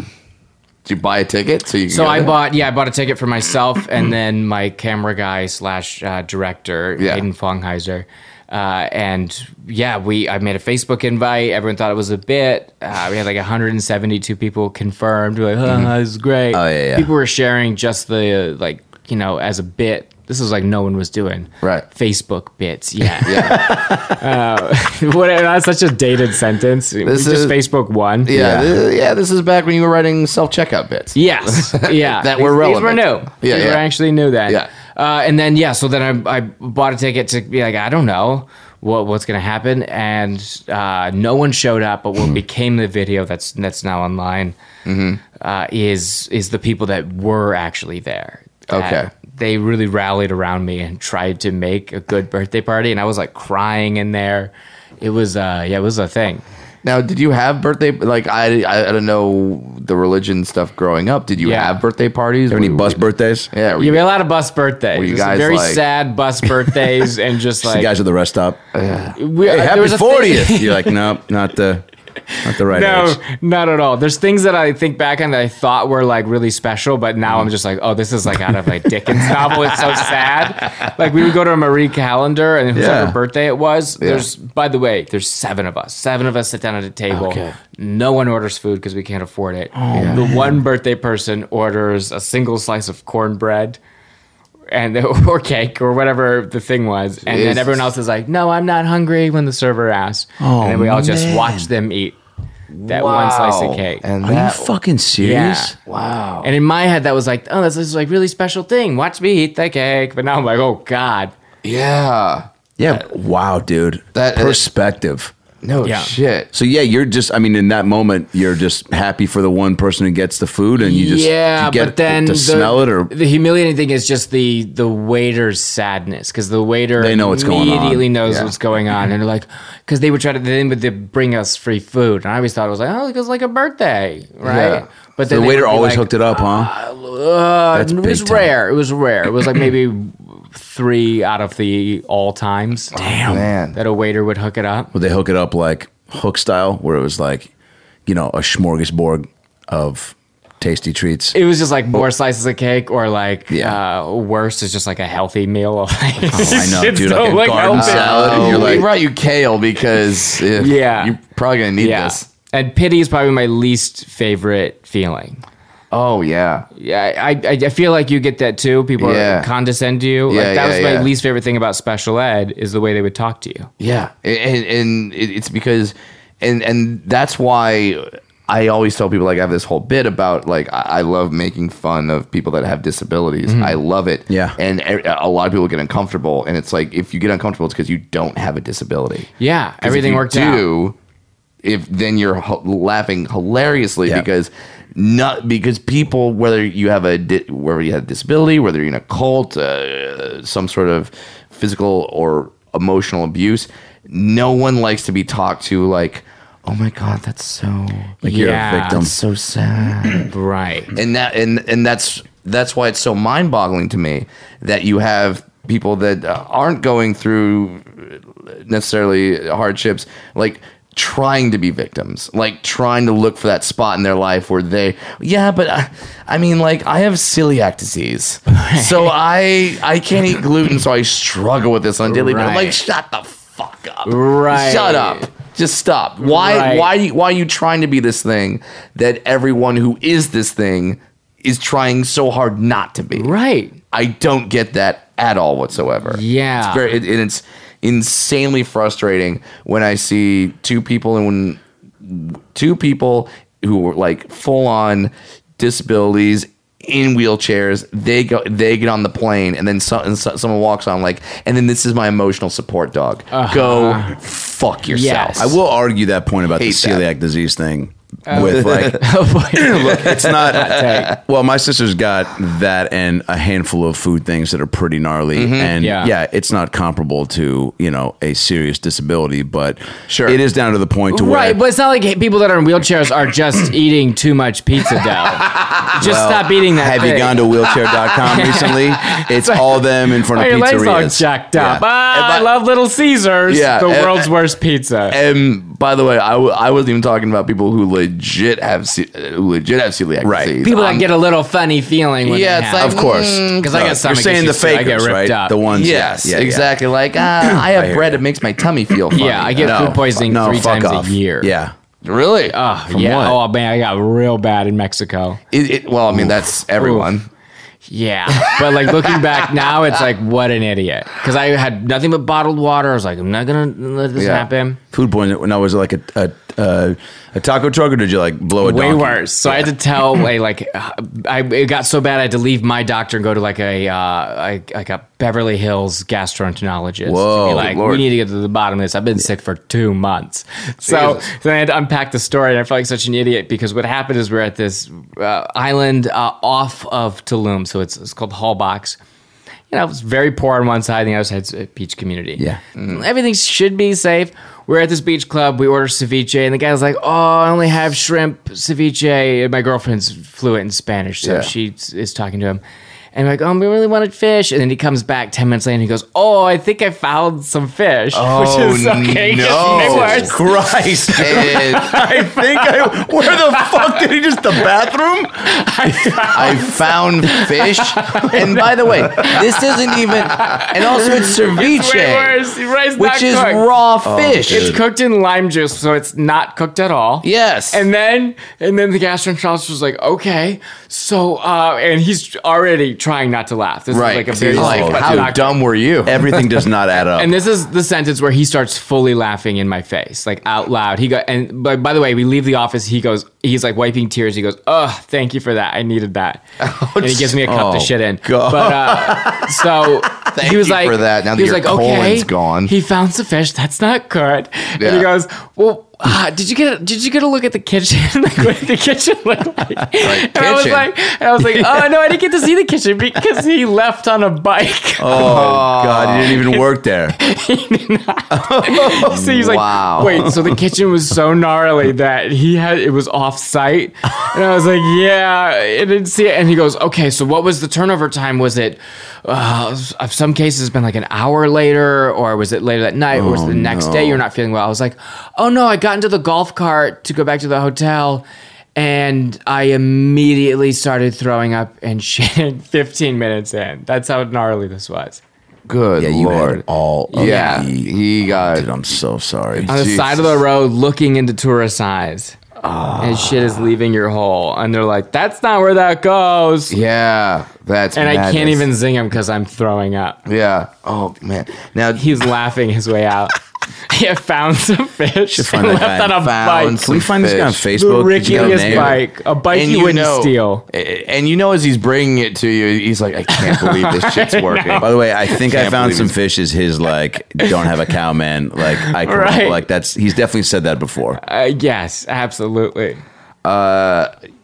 Did you buy a ticket so you? Can
So
go
I
there?
bought yeah I bought a ticket for myself and then my camera guy slash uh, director
Yeah.
Hayden Fongheiser. Uh, and yeah, we I made a Facebook invite. Everyone thought it was a bit. Uh, we had like 172 people confirmed. We were like, oh, this is great.
Oh, yeah, yeah.
People were sharing just the uh, like you know as a bit. This was like no one was doing
Right.
Facebook bits. Yeah, yeah. uh, what, that's such a dated sentence.
This
just
is-
Facebook one.
Yeah.
Yeah, thi- yeah. This, is back when you were writing self checkout bits.
Yes. Yeah.
That were
These-
relevant.
These were new.
Yeah,
These were
yeah.
actually knew that.
Yeah.
Uh, and then yeah, so then I, I bought a ticket to be like, I don't know what what's gonna happen, and uh, no one showed up. But
Hmm.
what became the video that's that's now online
Mm-hmm.
uh, is is the people that were actually there. That
Okay.
They really rallied around me and tried to make a good birthday party, and I was like crying in there. It was uh yeah, it was a thing.
Now, did you have birthday? Like, I, I, I don't know the religion stuff growing up. Did you
Yeah.
have birthday parties?
Any
Were you-
bus birthdays?
Yeah. were
Yeah,
you-
we had a lot of bus birthdays.
you
Just
guys,
very
like-
sad bus birthdays and just
The
like
guys at the rest stop.
we,
Hey,
Uh, there
happy
was a thing-
fortieth. You're like, nope, not the, not the right
No,
age.
not at all. There's things that I think back on that I thought were like really special, but now I'm just like, oh, this is like out of a Dickens novel. It's so sad. Like we would go to a Marie calendar and whoever
Yeah.
birthday it was. There's by the way, there's seven of us. Seven of us sit down at a table. No one orders food because we can't afford
Oh,
it. the one birthday person orders a single slice of cornbread. And or cake or whatever the thing was, and
Jesus.
then everyone else is like, "No, I'm not hungry." When the server asks,
Oh,
and then we all just watch them eat that one slice
Wow.
of cake.
And
Are
that,
you fucking serious?
wow.
And in my head, that was like, oh, this is like really special thing. Watch me eat the cake. But now I'm like, oh god,
yeah.
Yeah. wow, dude.
uh,
that-
perspective.
No
Yeah.
shit.
so yeah, you're just. I mean, in that moment, you're just happy for the one person who gets the food, and you just
yeah.
you get
but then
to
the,
smell it or
the humiliating thing is just the the waiter's sadness because the waiter
They know what's going on.
Immediately knows
Yeah.
what's going on, and they're like, because they would try to then would they bring us free food, and I always thought it was like, oh, it was like a birthday, right?
Yeah.
But
the
they would
waiter
be
always
like,
hooked it up, huh?
Uh,
That's
it
big
was
time.
rare. It was rare. It was like maybe three out of the all times
Oh,
Man.
that a waiter would hook it up.
Would they hook it up like hook style, where it was like, you know, a smorgasbord of tasty treats?
It was just like more slices of cake, or like
Oh. Yeah. Oh,
uh, worse is just like a healthy meal. Of like,
I know,
it's
dude.
so,
Like a
like,
garden
healthy.
salad, and you're
Oh,
like,
you brought you kale because eh,
Yeah.
you're probably gonna need
Yeah.
this.
And pity is probably my least favorite feeling.
Oh yeah,
Yeah, I, I, I feel like you get that too. People
Yeah.
condescend to you.
Yeah,
like, that
yeah,
was my
yeah.
least favorite thing about special ed is the way they would talk to you.
yeah, and and it- it's because, and and that's why I always tell people like I have this whole bit about like I I love making fun of people that have disabilities.
Mm-hmm.
I love it.
Yeah.
and e- a lot of people get uncomfortable, and it's like if you get uncomfortable, it's because you don't have a disability.
Yeah,
'Cause if
everything
you
worked out.
do, If then you're h- laughing hilariously
Yeah.
because not because people whether you have a di- whether you have a disability whether you're in a cult uh, some sort of physical or emotional abuse no one likes to be talked to like oh my god that's so
like you're
Yeah.
a victim.
that's so sad
Right.
and that and and that's that's why it's so mind-boggling to me that you have people that uh, aren't going through necessarily hardships like trying to be victims like trying to look for that spot in their life where they yeah but i, I mean like i have celiac disease so i i can't eat gluten so i struggle with this on a daily basis.
Right.
like shut the fuck up
Right.
shut up just stop why
Right.
why do you- why are you trying to be this thing that everyone who is this thing is trying so hard not to be
Right.
I don't get that at all whatsoever.
Yeah.
It's very, it, and it's insanely frustrating when I see two people and when two people who were like full on disabilities in wheelchairs they go they get on the plane and then so, and so, someone walks on like and then this is my emotional support dog go fuck yourself
Uh-huh. Yes.
I will argue that point about the
Hate that.
celiac disease thing
Uh,
with like look, it's not. well, my sister's got that and a handful of food things that are pretty gnarly, and
Mm-hmm. Yeah.
yeah. it's not comparable to you know a serious disability, but
Sure.
it is down to the point to
Right, but
where.
it's not like people that are in wheelchairs are just eating too much pizza dough. Just stop eating that.
have
thing.
you gone to wheelchair.com recently? It's all them in front
Oh,
of
your legs all
pizzerias.
jacked up.
Yeah.
Ah, I
If I-
love Little Caesars.
Yeah,
the
if-
world's worst pizza.
and by the way I, w- I wasn't even talking about people who legit have ce- who legit have celiac
Right.
disease
people
I'm-
that get a little funny feeling. When
Yeah,
they
it's like,
have
Of course,
because Mm, I
No,
got stomach
You're saying the
issues, too. I
fakers,
get
right?
ripped up.
The ones.
Yes,
yeah, yeah, yeah.
exactly. Like ah, I have
hear
bread;
ya.
it makes my tummy feel. Funny.
Yeah, I get
No,
food poisoning
no,
three
fuck
times
off.
a year.
Yeah.
really.
Oh,
From
yeah.
what?
Oh, man, I got real bad in Mexico.
It, it, well, I mean, that's everyone.
Yeah. But like looking back now, it's like, what an idiot. Because I had nothing but bottled water. I was like, I'm not going to let this
Yeah.
happen.
Food poisoning. When I was it like a a, a a taco truck, or did you like blow a
Way
donkey?
worse. So I had to tell a like, uh, I it got so bad I had to leave my doctor and go to like a uh, I, like a Beverly Hills gastroenterologist.
Whoa,
To be
good
like
lord.
we need to get to the bottom of this. I've been sick for two months. So
Jesus.
then I had to unpack the story, and I felt like such an idiot because what happened is we're at this uh, island uh, off of Tulum, so it's it's called Hallbox. You know, it's very poor on one side, and the other side's a beach community.
Yeah.
Mm, everything should be safe. We're at this beach club. We order ceviche, and the guy's like, "Oh, I only have shrimp ceviche." And my girlfriend's fluent in Spanish, so
Yeah.
she is talking to him. And we're like, oh, we really wanted fish. And then he comes back 10 minutes later and he goes, oh, I think I found some fish.
Oh,
which is okay. it
no.
gets way worse.
Christ.
And
I think I. Where the fuck did he just the bathroom?
I found fish. And by the way, this isn't even. And also, it's
Way
ceviche,
worse. Rice not
which is
cooked.
raw
Oh,
fish.
dude.
It's cooked in lime juice, so it's not cooked at all.
yes.
And then and then the gastroenterologist was like, okay, so uh, and he's already trying not to laugh. This
right.
is like a
'cause
very
he's like,
Oh,
but
how
not-
dumb were you?
Everything does not add up.
And this is the sentence where he starts fully laughing in my face, like out loud. He go and but by the way, we leave the office. He goes, he's like wiping tears. He goes, oh, thank you for that. I needed that. and he gives me a cup
oh,
to shit in.
God.
But uh, so
Thank
he was
you
like,
for that. Now that
he was
your
like,
colon's
okay,
gone."
He found some fish. That's not good. And
Yeah.
he goes, well. Uh, did you get a, did you get a look at the kitchen? like what did the kitchen look like? and I was
kitchen.
like, and I was like, oh no, I didn't get to see the kitchen because he left on a bike.
oh, God, you didn't even work there.
So he's like,
Wow.
wait, so the kitchen was so gnarly that he had it was off site. And I was like, yeah, I didn't see it. And he goes, okay, so what was the turnover time? Was it, uh, of some cases, it's been like an hour later, or was it later that night, or was it the next day you're not feeling well? I was like, oh no, I got into the golf cart to go back to the hotel. And I immediately started throwing up and shit 15 minutes in. That's how gnarly this was.
Good
Yeah, you
lord.
had all. Of
yeah,
the-
he got.
Dude, I'm so sorry.
on the
Jesus.
side of the road looking into tourist eyes. And shit is leaving your hole. And they're like, that's not where that goes.
Yeah, that's.
and I can't
madness.
even zing him because I'm throwing up.
Yeah. Oh man. Now
He's laughing his way out. I found some fish and
find that
left on
guy.
a
Found
bike.
Can we find this guy on
Fish.
The
Facebook? Did you get a
rickiest
name?
bike. A bike you, wouldn't steal.
a- And you know, as he's bringing it to you, he's like, I can't believe this shit's working.
By the way, I think I
Can't
found
believe
some
it.
fish. Is his like don't have a cow, man? Like I can,
Right.
like that's he's definitely said that before.
Uh, yes, absolutely.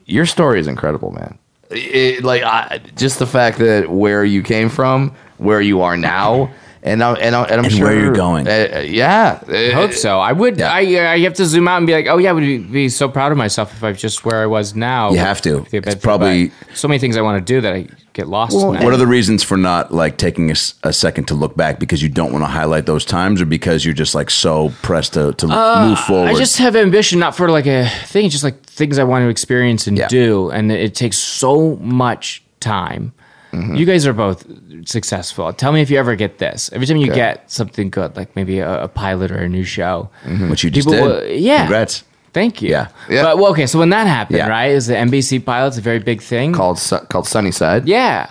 Your story is incredible, man. It, like, I, just the fact that where you came from, where you are now, and I'm and, I, and I'm
And
sure
where you're going.
Uh, uh, yeah,
I
Uh,
hope so. I would.
Yeah.
I, uh, I have to zoom out and be like, oh yeah, I would be so proud of myself if I was just where I was now.
You have to.
With the
It's
Bedford
probably-
bike. so many things I want to do that I get lost. in that.
What are the reasons for not like taking a, s- a second to look back because you don't want to highlight those times, or because you're just like so pressed to, to move forward?
Uh, I just have ambition, not for like a thing, just like things I want to experience and
Yeah.
do. And it takes so much time.
Mm-hmm.
You guys are both successful. Tell me if you ever get this. Every time you get something good, like maybe a, a pilot or a new show,
Which you just
People
did.
will- yeah.
Congrats.
thank you.
Mm-hmm. Yeah.
Yeah.
But well, okay, so when that happened,
Yeah.
right, is the NBC pilot's a very big thing.
Mm-hmm.
Called Su- called Sunnyside.
Yeah.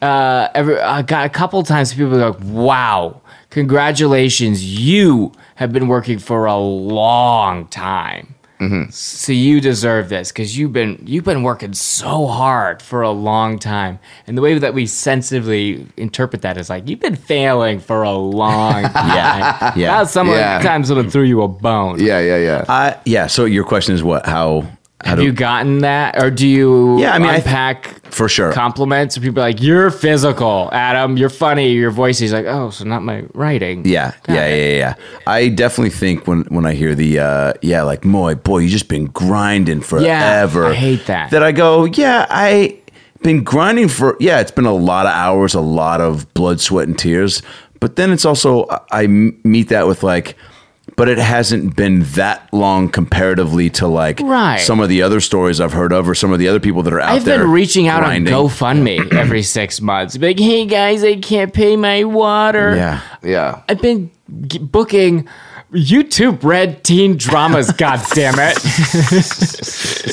uh, every I got a couple times people were like, "Wow, congratulations! You have been working for a long time,
Mm-hmm.
so you deserve this because you've been you've been working so hard for a long time." And the way that we sensitively interpret that is like, "You've been failing for a long time."
Yeah.
Now someone
Yeah.
times someone threw you a bone.
Yeah, yeah, yeah.
Uh, yeah. So your question is what? How? how
Have
do-
you gotten that, or do you?
Yeah, I mean, I th-
unpack
for sure.
compliments. People are like, "You're physical, Adam. You're funny. Your voice." He's like, "Oh, so not my writing."
Yeah, yeah, yeah, yeah, yeah. I definitely think when when I hear the uh, yeah, like Moy, boy, you just been grinding forever.
I hate that.
That I go, yeah, I been grinding for yeah. It's been a lot of hours, a lot of blood, sweat, and tears. But then it's also I- I m- meet that with like, but it hasn't been that long comparatively to like
Right.
some of the other stories I've heard of or some of the other people that are out
I've
there.
been reaching out
grinding.
on GoFundMe every six months. Be Like, hey guys, I can't pay my water.
Yeah.
Yeah.
I've been g- booking YouTube Red teen dramas. God damn it!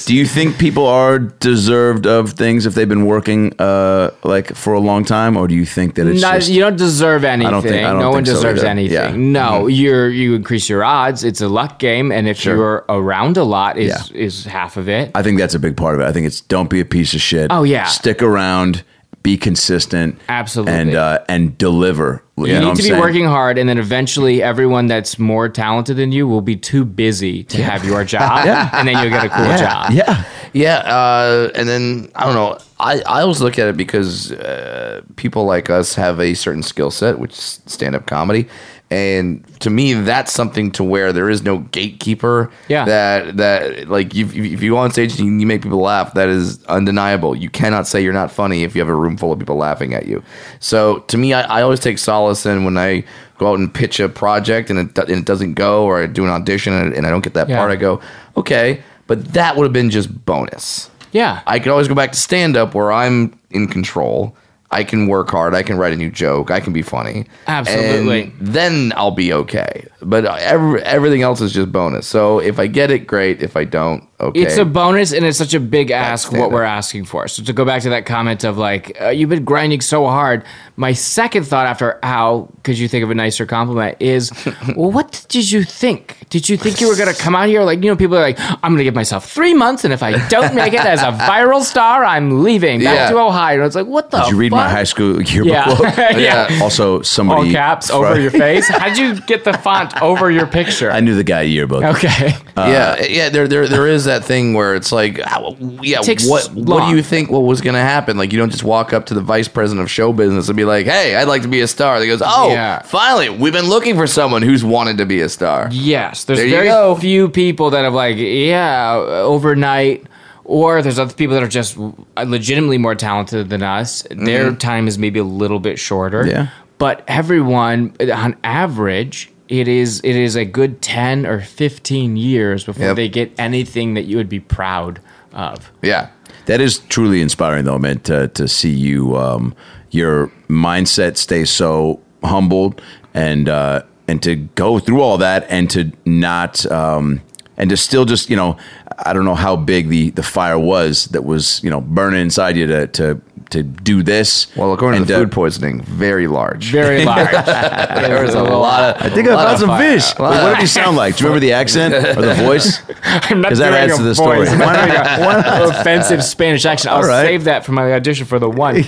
Do you think people are deserved of things if they've been working uh, like for a long time, or do you think that it's
Not,
just
you don't deserve anything.
don't think- I don't
no one
think so
deserves
either.
anything.
Yeah. Mm-hmm.
No, you're you increase your odds. It's a luck game, and if you're around a lot, is
Yeah.
is half of it.
I think that's a big part of it. I think it's don't be a piece of shit.
Oh, yeah.
stick around, be consistent,
Absolutely.
and uh, and deliver. You,
You
know
need
what I'm
to be
saying?
working hard, and then eventually, everyone that's more talented than you will be too busy to have your job, and then you'll get a cool job.
Yeah,
Yeah, uh, and then I don't know. I, I always look at it because uh, people like us have a certain skill set, which is stand up comedy, and to me, that's something to where there is no gatekeeper.
Yeah.
that that like you, if you go on stage and you make people laugh, that is undeniable. You cannot say you're not funny if you have a room full of people laughing at you. So to me, I, I always take solace in when I go out and pitch a project and it, do- and it doesn't go, or I do an audition and, and I don't get that
Yeah.
part. I go, okay. But that would have been just bonus.
Yeah,
I could always go back to stand up where I'm in control. I can work hard. I can write a new joke. I can be funny.
Absolutely.
And then I'll be okay. But every, everything else is just bonus. So if I get it, great. If I don't, okay.
it's a bonus, and it's such a big ask what
stand-up.
we're asking for. So to go back to that comment of like, uh, you've been grinding so hard. My second thought after how could you think of a nicer compliment is, well, what did you think? Did you think you were gonna come out here like you know people are like, I'm gonna give myself three months, and if I don't make it as a viral star, I'm leaving back
Yeah.
to Ohio. It's like what the?
Did you read my
fuck?
high school yearbook?
Yeah. yeah.
Also,
All
somebody
caps
fro-
over your face. How'd you get the font over your picture?
I knew the guy yearbook.
okay.
yeah, eh, yeah. There, there, there is that thing where it's like, how- yeah.
takes
What, what
long.
do you think? What was going to happen? Like, you don't just walk up to the vice president of show business and be like, "Hey, I'd like to be a star." They goes, "Oh,
Yeah.
finally, we've been looking for someone who's wanted to be a star."
Yes, there's
There you
very
go.
few people that have like yeah overnight, or there's other people that are just legitimately more talented than us.
Mm-hmm.
Their time is maybe a little bit shorter.
Yeah.
but everyone on average. It is it is a good ten or fifteen years before
Yep.
they get anything that you would be proud of.
Yeah,
That is truly inspiring, though, man. To to see you, um, your mindset stay so humbled, and uh, and to go through all that, and to not, um, and to still just, you know, I don't know how big the the fire was that was, you know, burning inside you to to to do this.
Well, according
And,
to the
uh,
food poisoning, very large.
Very large. there
There's a lot of.
I think I
lot
found
of
some
fire.
fish. Wait, what did you sound like? Do you remember the accent or the voice?
I'm not
'Cause that
doing
adds
a
to the story.
voice. I'm
Why
not doing a- offensive Spanish accent. I'll
All right.
save that for my audition for the one.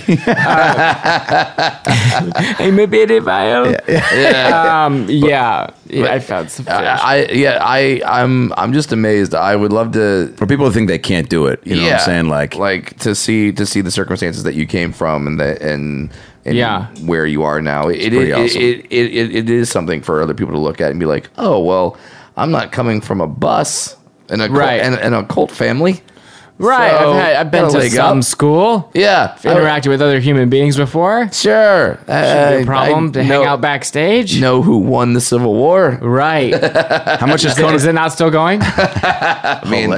Uh, I'm a bit of a- Um, yeah, yeah. I found some fish.
uh,
I, I yeah I I'm I'm just amazed. I would love to.
For people who think they can't do it, you know
yeah,
what I'm saying? Like,
like to see to see the circumstances that you came from and that and. And
Yeah.
where you are now, it
pretty
it,
awesome.
it, it, it it is something for other people to look at and be like, oh well, I'm not coming from a bus and a cult,
Right.
and, and a cult family,
right.
so,
I've, had, I've been
gotta
to
leg
some
up.
school.
Yeah,
Oh.
I-
Interacted with other human beings before.
Sure, Uh, should
No problem to hang out backstage.
Know who won the Civil War?
Right.
how much is
Is it-
Conan?
is it not still going?
I mean,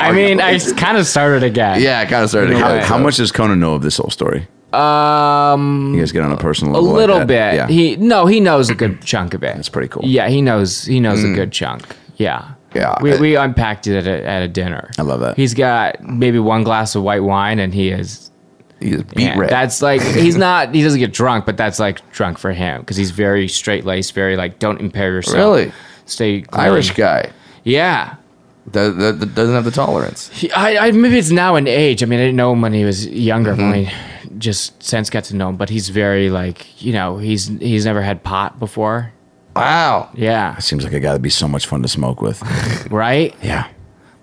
I mean, I kind of started again.
yeah, I kind of started. to
How,
get it,
how
so.
much does Conan know of this whole story?
Um,
You guys get on a personal
a
level. like
little
that?
bit.
Yeah.
He no, he knows a good chunk of it.
That's pretty cool. Mm.
Yeah, he knows he knows a good chunk. Yeah.
Yeah.
We, we unpacked it at a, at a dinner.
I love that.
He's got maybe one glass of white wine and he is
He's a beat
Yeah,
red.
That's like he's not. He doesn't get drunk, but that's like drunk for him because he's very straight laced. Very like don't impair yourself.
Really?
stay clean.
Irish guy.
Yeah.
That, that, that doesn't have the tolerance.
He- I, I maybe it's now an age. I mean, I didn't know him when he was younger.
Mm-hmm.
When we just since got to know him, but he's very like you know he's he's never had pot before.
Wow.
Yeah,
Seems like a guy that'd be so much fun to smoke with.
right.
yeah.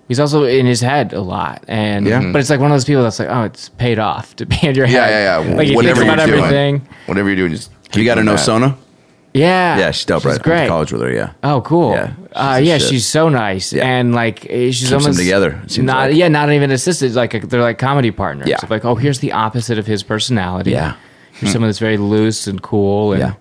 He's also in his head a lot, and
Yeah.
but it's like one of those people that's like, oh, it's paid off to be in your
Yeah,
head.
yeah, yeah.
Like you
Whatever
think about
you're doing.
everything.
Whatever you're doing, just keep
You got to
doing
know
that.
Sona?
Yeah,
Yeah, she's dope, right? I went to
great.
college with her, yeah.
Oh, cool.
Yeah,
Yeah,
she's
uh,
the
yeah,
shit.
she's so nice,
Yeah.
and like eh, she's
Keeps 'em
almost
together, it seems
not
like.
yeah, not even assisted. Like they're like comedy partners.
Yeah.
Of, like oh, here's the opposite of his personality.
Yeah.
here's someone that's very loose and cool
Yeah.
and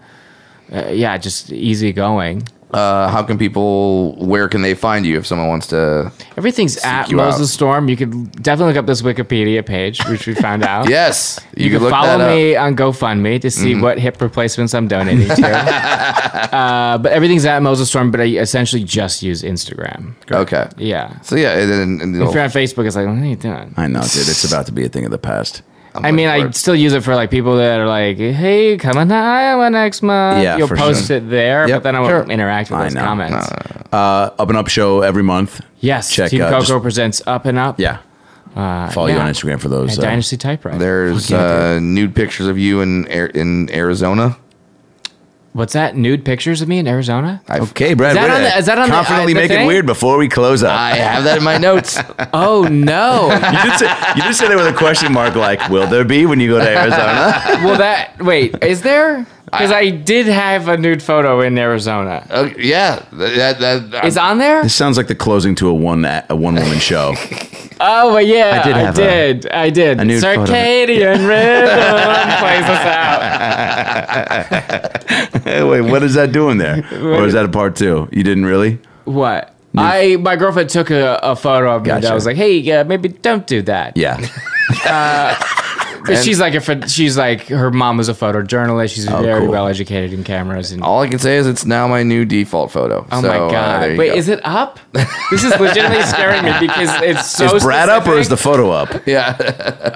yeah, uh, yeah just easygoing.
Uh, how can people? Where can they find you if someone wants to?
Everything's at
you
Moses
out.
Storm. You could definitely look up this Wikipedia page, which we found out.
Yes,
You,
could
can follow me on GoFundMe to
Mm-hmm.
see what hip replacements I'm donating to. uh, but everything's at Moses Storm, but I essentially just use Instagram.
Okay.
Yeah.
So yeah, and, then- and
If you're
it'll-
on Facebook, it's like, what are you doing?
I know, dude. It's about to be a thing of the past.
I mean,
like,
I
"Lord."
still use it for like people that are like, "Hey, come on to Iowa next month."
Yeah,
you'll
for
post
sure.
it there,
Yep.
but then I won't
Sure.
interact with
I
those
know.
comments.
Uh, up and Up show every month.
Yes,
Check
Team
out
Coco
just-
presents Up and Up.
Yeah. Follow you
yeah.
on Instagram for those.
at
uh,
Dynasty Typewriter.
there's
Fuck yeah,
uh, nude pictures of you in Ar- in Arizona.
What's that? Nude pictures of me in Arizona?
Okay, Brad.
Is that
way
on
to
the- is that on the-
confidently
uh, the
make it
thing?
weird before we close up?
I have that in my notes.
Oh no!
you did say you did say there with a question mark, like "Will there be when you go to Arizona?"
well, that wait, is there? Because I did have a nude photo in Arizona.
Okay, yeah, that, that, that-
Is on there?
Uh, this sounds like the closing to a one a one woman show.
Oh, well, yeah,
I did
I
have a-
did. I did.
nude photo.
Circadian rhythm plays us out.
Hey, wait, what is that doing there? Or is that a part two? You didn't really?
What? I my girlfriend took a, a photo of me. and
Gotcha.
I was like, hey, uh, maybe don't do that.
Yeah.
'Cause she's like a pho- she's like her mom was a photojournalist. She's very
Oh, cool.
well educated in cameras and.
all I can say is it's now my new default photo.
Oh
So,
my
uh,
god!
there you
Wait,
go.
is it up? This is legitimately scaring me because it's so.
is Brad up or is the
specific.
photo up?
Yeah,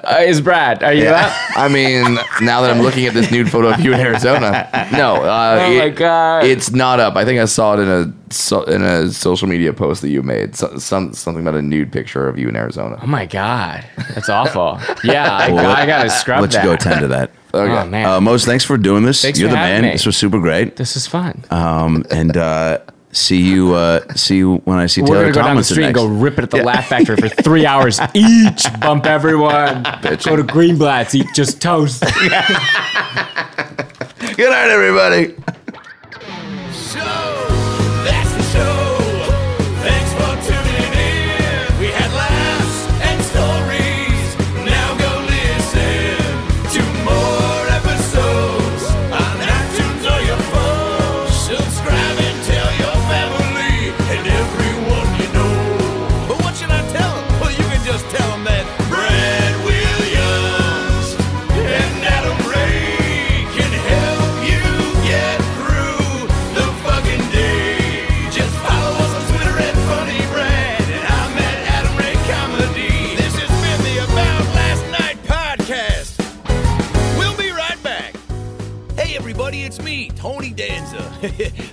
Uh, is Brad? Are you up?
I mean, now that I'm looking at this nude photo of you in Arizona, no, uh,
Oh my
it-
god!
It's not up. I think I saw it in a so, in a social media post that you made. So, some something about a nude picture of you in Arizona.
Oh my god, that's awful. Yeah, I,
Well,
I gotta scrub
Let's
that.
go tend to that.
Oh man,
Uh, Mose, thanks for doing this.
Thanks
You're
for
the
having
man.
me.
This was super great.
this is fun.
Um, and uh, see you uh, see you when I see
We're
Taylor
gonna go down the
Tomlinson
street and
next.
go rip it at the Laugh Factory for three hours each. Bump everyone. Go to Greenblatt's, eat just toast.
Good night, everybody.
That's the show. Thanks for tuning in. We had laughs and stories. Now go listen to more episodes on iTunes or your phone. Subscribe and tell your family and everyone you know. But what should I tell 'em? Well, you can just tell 'em that Brad Williams and Adam Ray can help you get through the fucking day. Just follow us on Twitter at Funny Brad, and I'm at Adam Ray Comedy. This has been the About Last Night podcast. We'll be right back. Hey, everybody, it's me, Tony Danza.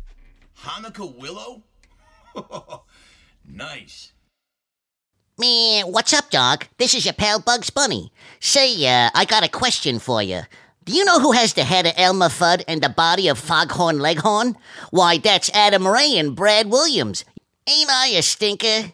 Hanukkah willow? nice.
Man, what's up, dog? This is your pal Bugs Bunny. Say, uh, I got a question for you. Do you know who has the head of Elmer Fudd and the body of Foghorn Leghorn? Why, that's Adam Ray and Brad Williams. Ain't I a stinker?